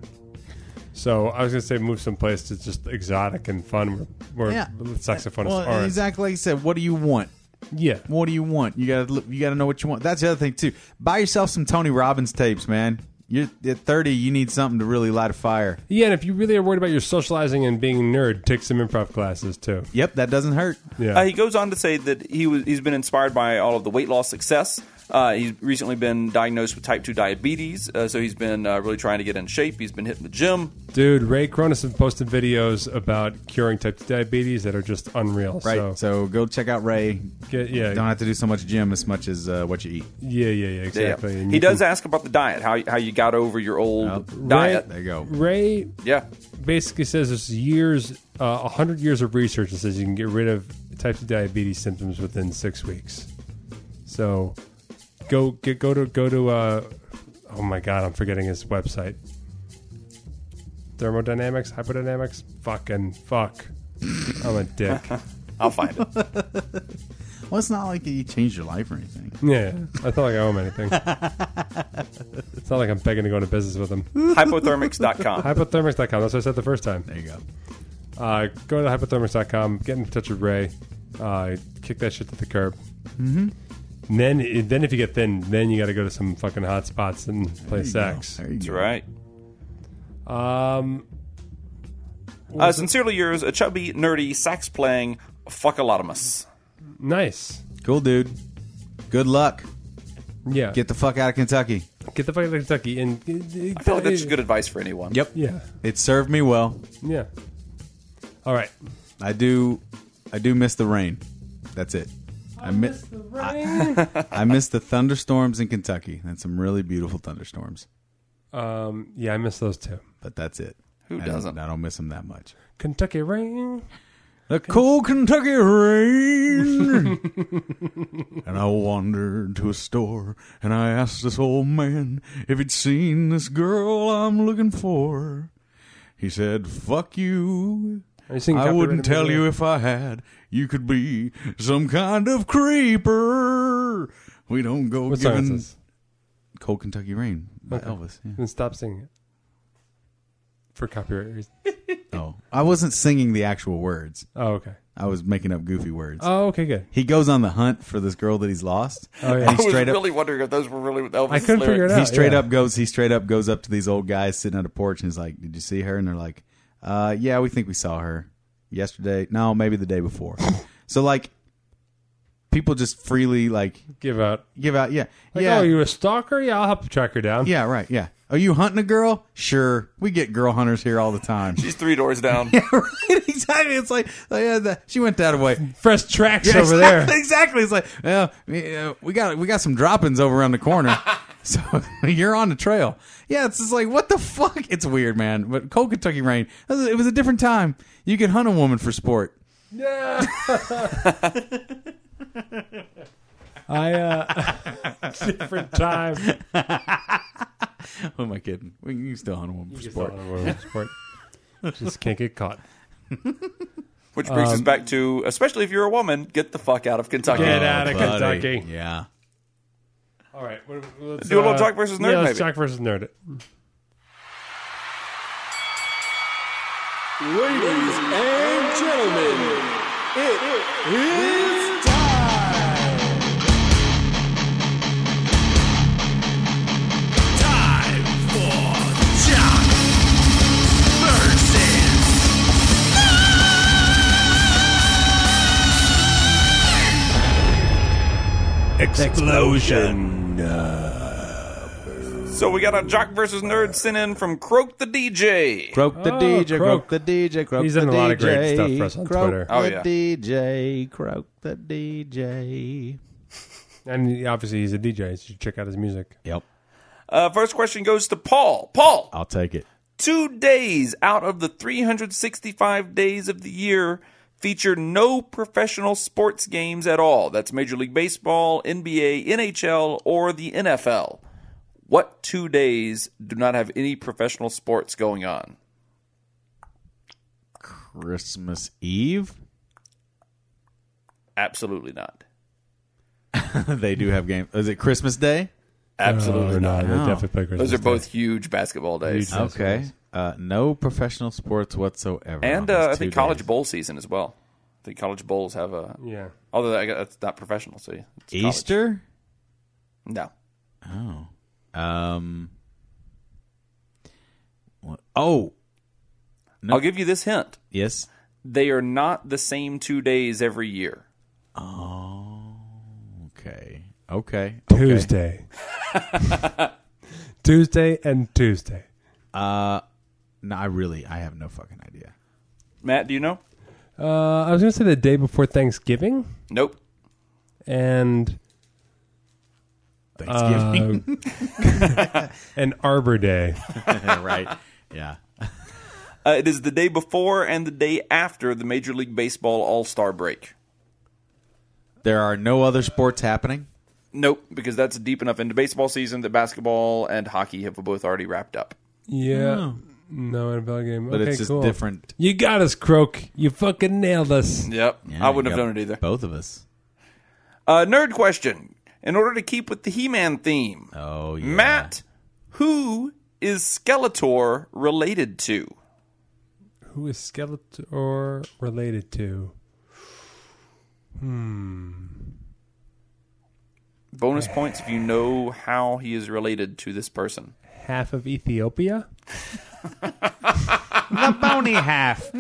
So I was gonna say move someplace that's just exotic and fun where, where Yeah. saxophonists Well, aren't. exactly like you said. What do you want? Yeah. What do you want? You gotta look- you gotta know what you want. That's the other thing too. Buy yourself some Tony Robbins tapes, man. You're at thirty. You need something to really light a fire. Yeah, and if you really are worried about your socializing and being a nerd, take some improv classes too. Yep, that doesn't hurt. Yeah. Uh, he goes on to say that he was he's been inspired by all of the weight loss success. Uh, he's recently been diagnosed with type two diabetes, uh, so he's been uh, really trying to get in shape. He's been hitting the gym. Dude, Ray Cronison posted videos about curing type 2 diabetes that are just unreal. Right. So, So, go check out Ray. get, yeah, Don't have to do so much gym as much as uh, what you eat. yeah, yeah, yeah, Yeah. exactly. And He you does can- ask about the diet, how how you got over your old Right. diet. There you go. Ray Yeah, basically says there's years, uh, a hundred years of research that says you can get rid of type two diabetes symptoms within six weeks. So, go get, go to go to. Uh, oh my god, I'm forgetting his website. Thermodynamics, hypodynamics, fucking fuck. I'm a dick. I'll find it. Well, it's not like you changed your life or anything. Yeah, I not like I owe him anything. It's not like I'm begging to go into business with him. Hypothermics.com. Hypothermics.com. That's what I said the first time. There you go. Uh, go to hypothermics.com, get in touch with Ray, uh, kick that shit to the curb. Mm-hmm. And then, then if you get thin, then you got to go to some fucking hot spots and play There you sax. go. There you That's go. right. Um, Uh, sincerely yours, a chubby, nerdy, sax playing fuckalotamus. nice. Cool, dude. Good luck. Yeah. Get the fuck out of Kentucky. get the fuck out of Kentucky and I feel like that's good advice for anyone. Yep. Yeah. It served me well. Yeah. All right. I do, I do miss the rain. That's it. I miss. the rain. I miss the thunderstorms in Kentucky. That's some really beautiful thunderstorms, um, yeah, I miss those too. but that's it. Who I doesn't? Don't, I don't miss them that much. Kentucky rain. The cold Kentucky rain. and I wandered to a store and I asked this old man if he'd seen this girl I'm looking for. He said, "Fuck you." Are you singing I copyrighted wouldn't tell music? you if I had. You could be some kind of creeper. We don't go What song is giving this? Cold Kentucky Rain by Okay. Elvis. yeah. Then stop singing it for copyright reasons. Oh, I wasn't singing the actual words. Oh, okay. I was making up goofy words. Oh, okay, good. he goes on the hunt for this girl that he's lost. Oh, yeah. And I he was straight up really wondering if those were really Elvis I couldn't figure it lyrics. out. he straight yeah. up goes he straight up goes up to these old guys sitting on a porch and is like, "Did you see her?" And they're like, Uh, yeah, we think we saw her yesterday. No, maybe the day before. so like, people just freely like Give out. give out. Yeah, Like, yeah, Oh, you a stalker? Yeah, I'll help track her down. yeah, right, yeah. Are you hunting a girl? Sure, we get girl hunters here all the time. She's three doors down. right, exactly. It's like, like, yeah, the- she went that way. Fresh tracks Yeah, over exactly, there. Exactly. It's like, well, we- uh, we got we got some droppings over around the corner. so you're on the trail. Yeah, it's just like what the fuck. It's weird, man. But cold Kentucky rain. It was- it was a different time. You could hunt a woman for sport. I uh different time. Who am I kidding? We you can still hunt a woman for sport. Sport. Just can't get caught. Which brings us back to, especially if you're a woman, get the fuck out of Kentucky. Get out of Buddy. Kentucky. Yeah. Oh, All right, what- let's uh, Do a little talk versus nerd, Yeah, let's maybe. talk versus nerd. it. Ladies and gentlemen, it is time. Time for Jock versus. Explosion. So we got a jock versus nerd sent in from Croak the DJ. Croak the Oh, DJ, Croak. croak. the DJ, croak He's the done DJ. a lot of great stuff for us on croak Twitter. Oh, the yeah. DJ, croak the DJ. And he- obviously he's a DJ, so you should check out his music. Yep, Uh, first question goes to Paul. Paul, I'll take it. two days out of the 365 days of the year feature no professional sports games at all. That's Major League Baseball, NBA, NHL, or the NFL. What two days do not have any professional sports going on? Christmas Eve. Absolutely not. they do have games. Is it Christmas Day? Absolutely Oh, not. no, they definitely play Christmas. Those are both huge basketball days. Huge. That's okay. Uh, no professional sports whatsoever. And on uh, those I think two college days. bowl season as well. I think college bowls have a. Day. Yeah. Although I guess that's not professional, so yeah, it's college. Easter. No. Um. what- Oh I'll give you this hint. yes. They are not the same two days every year. Okay. Okay. okay. Tuesday. Tuesday and Tuesday. No, I really, I have no fucking idea. Matt, do you know? Uh, I was going to say the day before Thanksgiving Nope. and Thanksgiving, Uh, and Arbor Day. right? Yeah. Uh, it is the day before and the day after the Major League Baseball All Star break. There are no other sports happening. Nope, because that's deep enough into baseball season that basketball and hockey have both already wrapped up. Yeah. No NFL game. But okay, it's just cool. different. You got us, Croak. You fucking nailed us. Yep. Yeah, I wouldn't have you known got it either. Both of us. Uh, nerd question. In order to keep with the He Man theme, Oh yeah. Matt, who is Skeletor related to? Who is Skeletor related to? Bonus points if you know how he is related to this person. Half of Ethiopia? bony half.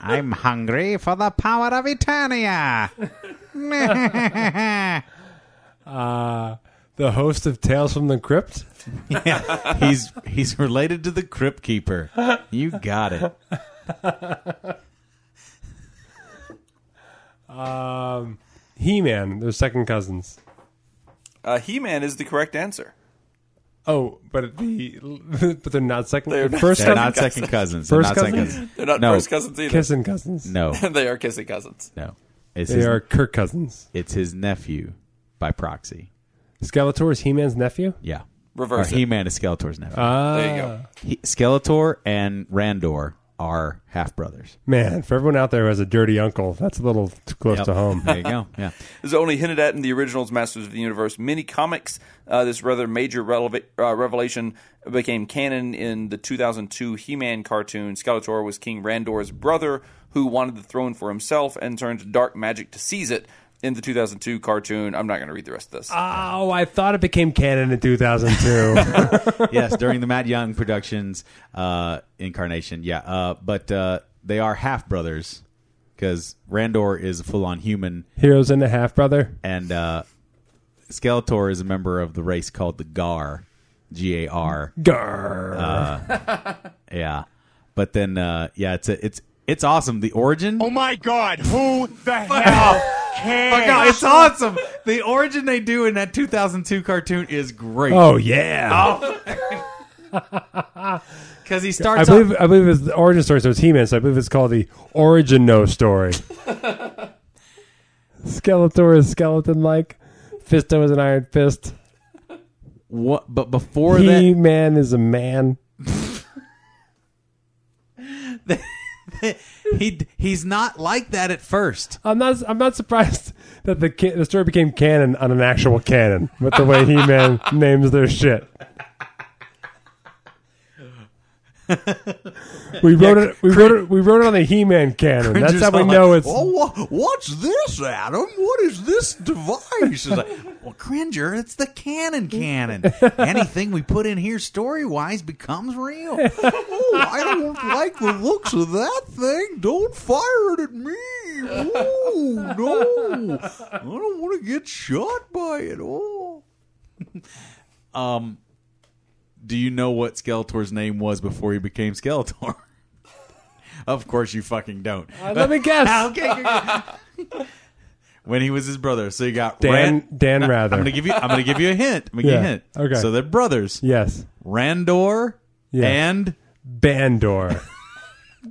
I'm hungry for the power of Eternia. The host of Tales from the Crypt? he's he's related to the crypt keeper. You got it. He Man. They're second cousins. Uh, he Man is the correct answer. Oh, but the but they're not 2nd They're not first They're cousin, not second cousins. They're First not second cousins? cousins. They're not No. first cousins either. kissing cousins. No, they are kissing cousins. no. It's They his, are Kirk cousins. it's his nephew by proxy. Skeletor is He Man's nephew. Yeah. Reverse it. He Man is Skeletor's nephew. There you go. He- Skeletor and Randor are half brothers. Man, for everyone out there who has a dirty uncle, that's a little too close to home. There you go. Yeah. This is only hinted at in the originals Masters of the Universe mini comics. Uh, this rather major releva- uh, revelation became canon in the 2002 He Man cartoon. Skeletor was King Randor's brother who wanted the throne for himself and turned to dark magic to seize it. in the 2002 cartoon. I'm not going to read the rest of this. Ah. Oh, I thought it became canon in 2002. yes, during the Matt Young Productions uh, incarnation. Yeah, uh, but uh, they are half brothers because Randor is a full-on human, Heroes and a half brother. and uh, Skeletor is a member of the race called the Gar, G A R. Grr. Yeah, but then uh, yeah, it's a, it's it's awesome. The origin. Oh my god, who the hell my cares? God, it's awesome. The origin they do in that 2002 cartoon is great. Oh yeah. because he I starts. off- believe I believe it's the origin story. So it's He-Man. So I believe it's called the Origin No story. Skeletor is skeleton like. Fisto is an iron fist. what, but before that, He-Man is a man. he he's not like that at first. I'm not. I'm not surprised that the ca- the story became canon on an actual canon with the way He-Man names their shit. we wrote it. We wrote it. We wrote it on the He-Man canon. That's how we know it's. Oh, wha- what's this, Adam? What is this device? It's like, well, Cringer, it's the cannon cannon. Anything we put in here story wise becomes real. oh, I don't like the looks of that thing. Don't fire it at me. Oh, no. I don't want to get shot by it. Oh. um, do you know what Skeletor's name was before he became Skeletor? of course, you fucking don't Uh, Let me guess. when he was his brother. So you got Dan. Ran- Dan Rather. I'm gonna give you. I'm gonna give you a hint. I'm gonna give you Yeah, a hint. okay. So they're brothers. yes. Randor Yes. and Bandor.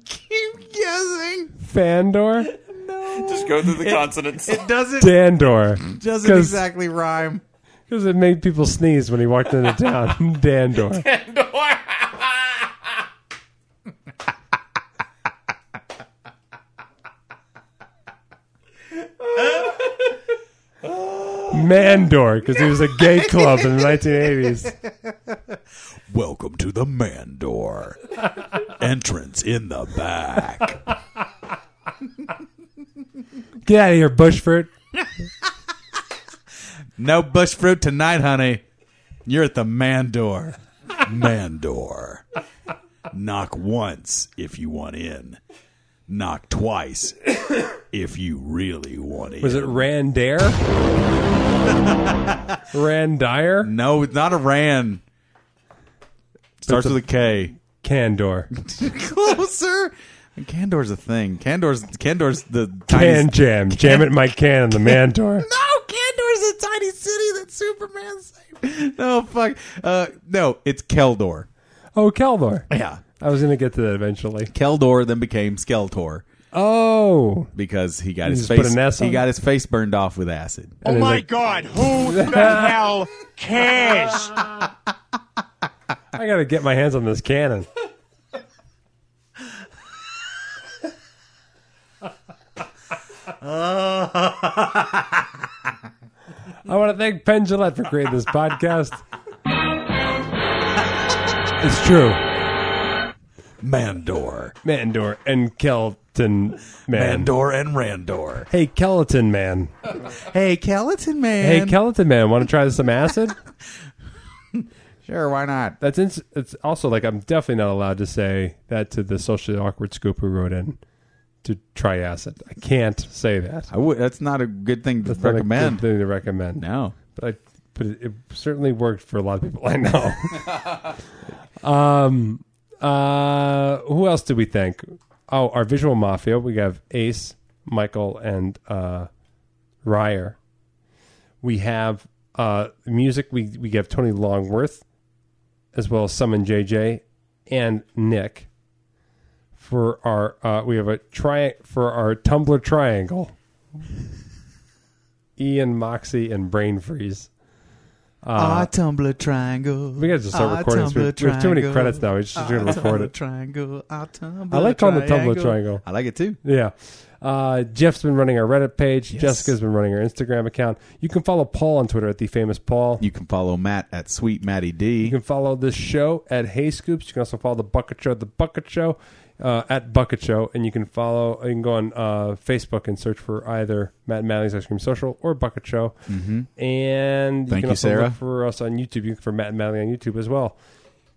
keep guessing. Fandor. Just go through the consonants. It doesn't Dandor. doesn't 'cause- exactly rhyme. Because it made people sneeze when he walked into town. Dandor. Mandor, because he was a gay club in the 1980s. Welcome to the Mandor. Entrance in the back. Get out of here, Bushford. No bush fruit tonight, honey. You're at the Mandor. Mandor. Knock once if you want in. Knock twice if you really want in. Was it Randare? Randire? No, it's not a Ran. Starts with a K. Candor. Closer. Candor's a thing. Candor's Candor's the Can tiny. jam. Jam it my can, the Mandor. no, Candor's a tiny city that Superman saved. No, fuck. Uh, no, it's Keldor. Oh, Keldor. Yeah, I was going to get to that eventually. Keldor then became Skeletor Oh. because he got his just put face. an S He on got his face burned off with acid. Oh my god, who the hell cares? I gotta get my hands on this cannon. I want to thank Penn Gillette for creating this podcast. It's true. Mandor, Mandor and Kelton Man. Mandor, and Randor. Hey, Kelton Man. Hey, Keleton man. Hey, Kelton Man, want to try some acid? sure, why not? That's ins- it's also like I'm definitely not allowed to say that to the socially awkward scoop who wrote in to try acid. I can't say that. I would. That's not a good thing to That's not a good recommend. thing to recommend. No. but I, but it, it certainly worked for a lot of people I know. um, uh, who else did we thank? Oh, our visual mafia. We have Ace, Michael, and uh, Ryer. We have uh, music. We we have Tony Longworth, as well as Summon JJ and Nick. For our uh, we have a tri for our Tumblr triangle. Ian Moxie and Brain Freeze. Uh, Ah, Tumblr triangle. We gotta just start recording. this. We have, we have too many credits now. We're just, just gonna record it. Triangle, ah, Tumblr I like calling the Tumblr triangle. I like it too. Yeah. Uh, Jeff's been running our Reddit page. Jessica's been running our Instagram account. You can follow Paul on Twitter at the famous Paul. You can follow Matt at Sweet Matty D. You can follow this show at Hey Scoops. You can also follow the Bucket Show at the Bucket Show. uh, at Bucket Show, and you can follow. You can go on uh, Facebook and search for either Matt Manley's Ice Cream Social or Bucket Show. Mm-hmm. And you Thank can you, also Sarah. look for us on YouTube. You can look for Matt and Manley on YouTube as well.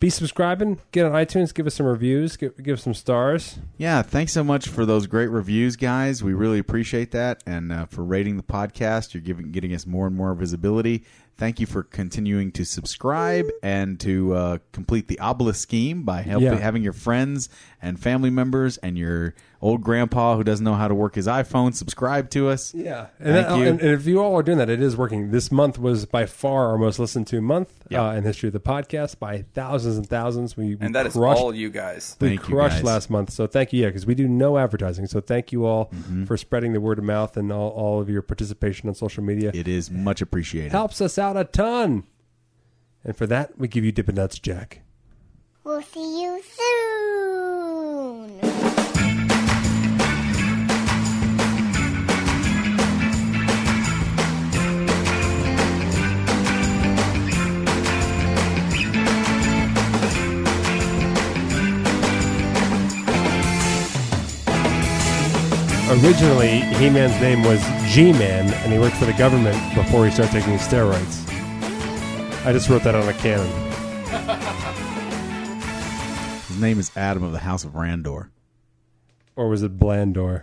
Be subscribing. Get on iTunes. Give us some reviews. Give, give us some stars. Yeah, thanks so much for those great reviews, guys. We really appreciate that, and uh, for rating the podcast. You're giving getting us more and more visibility. Thank you for continuing to subscribe and to uh, complete the obelisk scheme by helping Yeah. having your friends and family members and your old grandpa who doesn't know how to work his iPhone subscribe to us. Yeah, and, thank that- you. and- and if you all are doing that, it is working. This month was by far our most listened to month Yeah. uh, in the history of the podcast by thousands and thousands. We we And that is crushed, all you guys. we Thank you, crushed guys. last month. So thank you, yeah, because we do no advertising. So thank you all Mm-hmm. for spreading the word of mouth and all, all of your participation on social media. It is much appreciated. helps us out a ton. And for that, we give you Dippin' Nuts, Jack. We'll see you soon. Originally, He Man's name was G Man, and he worked for the government before he started taking steroids. I just wrote that on a canon. His name is Adam of the House of Randor. Or was it Blandor?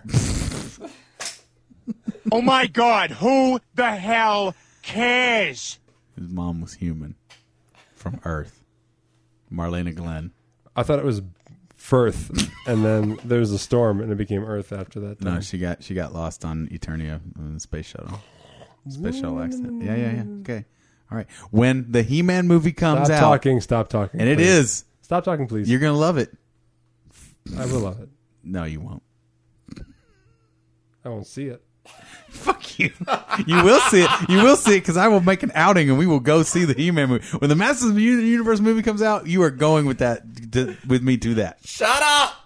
Oh my God, who the hell cares? His mom was human from Earth. Marlena Glenn. I thought it was Firth, and then there was a storm, and it became Earth after that. No, she got she got lost on Eternia in the space shuttle. Space shuttle accident. Yeah, yeah, yeah. Okay. All right. When the He Man movie comes Stop out talking. Stop talking. and it please. is, Stop talking, please. you're gonna love it. I will love it. No, you won't. I won't see it. Fuck you. you will see it. You will see it because I will make an outing and we will go see the He Man movie. When the Masters of the Uni- Universe movie comes out, you are going with that to, with me to that. Shut up!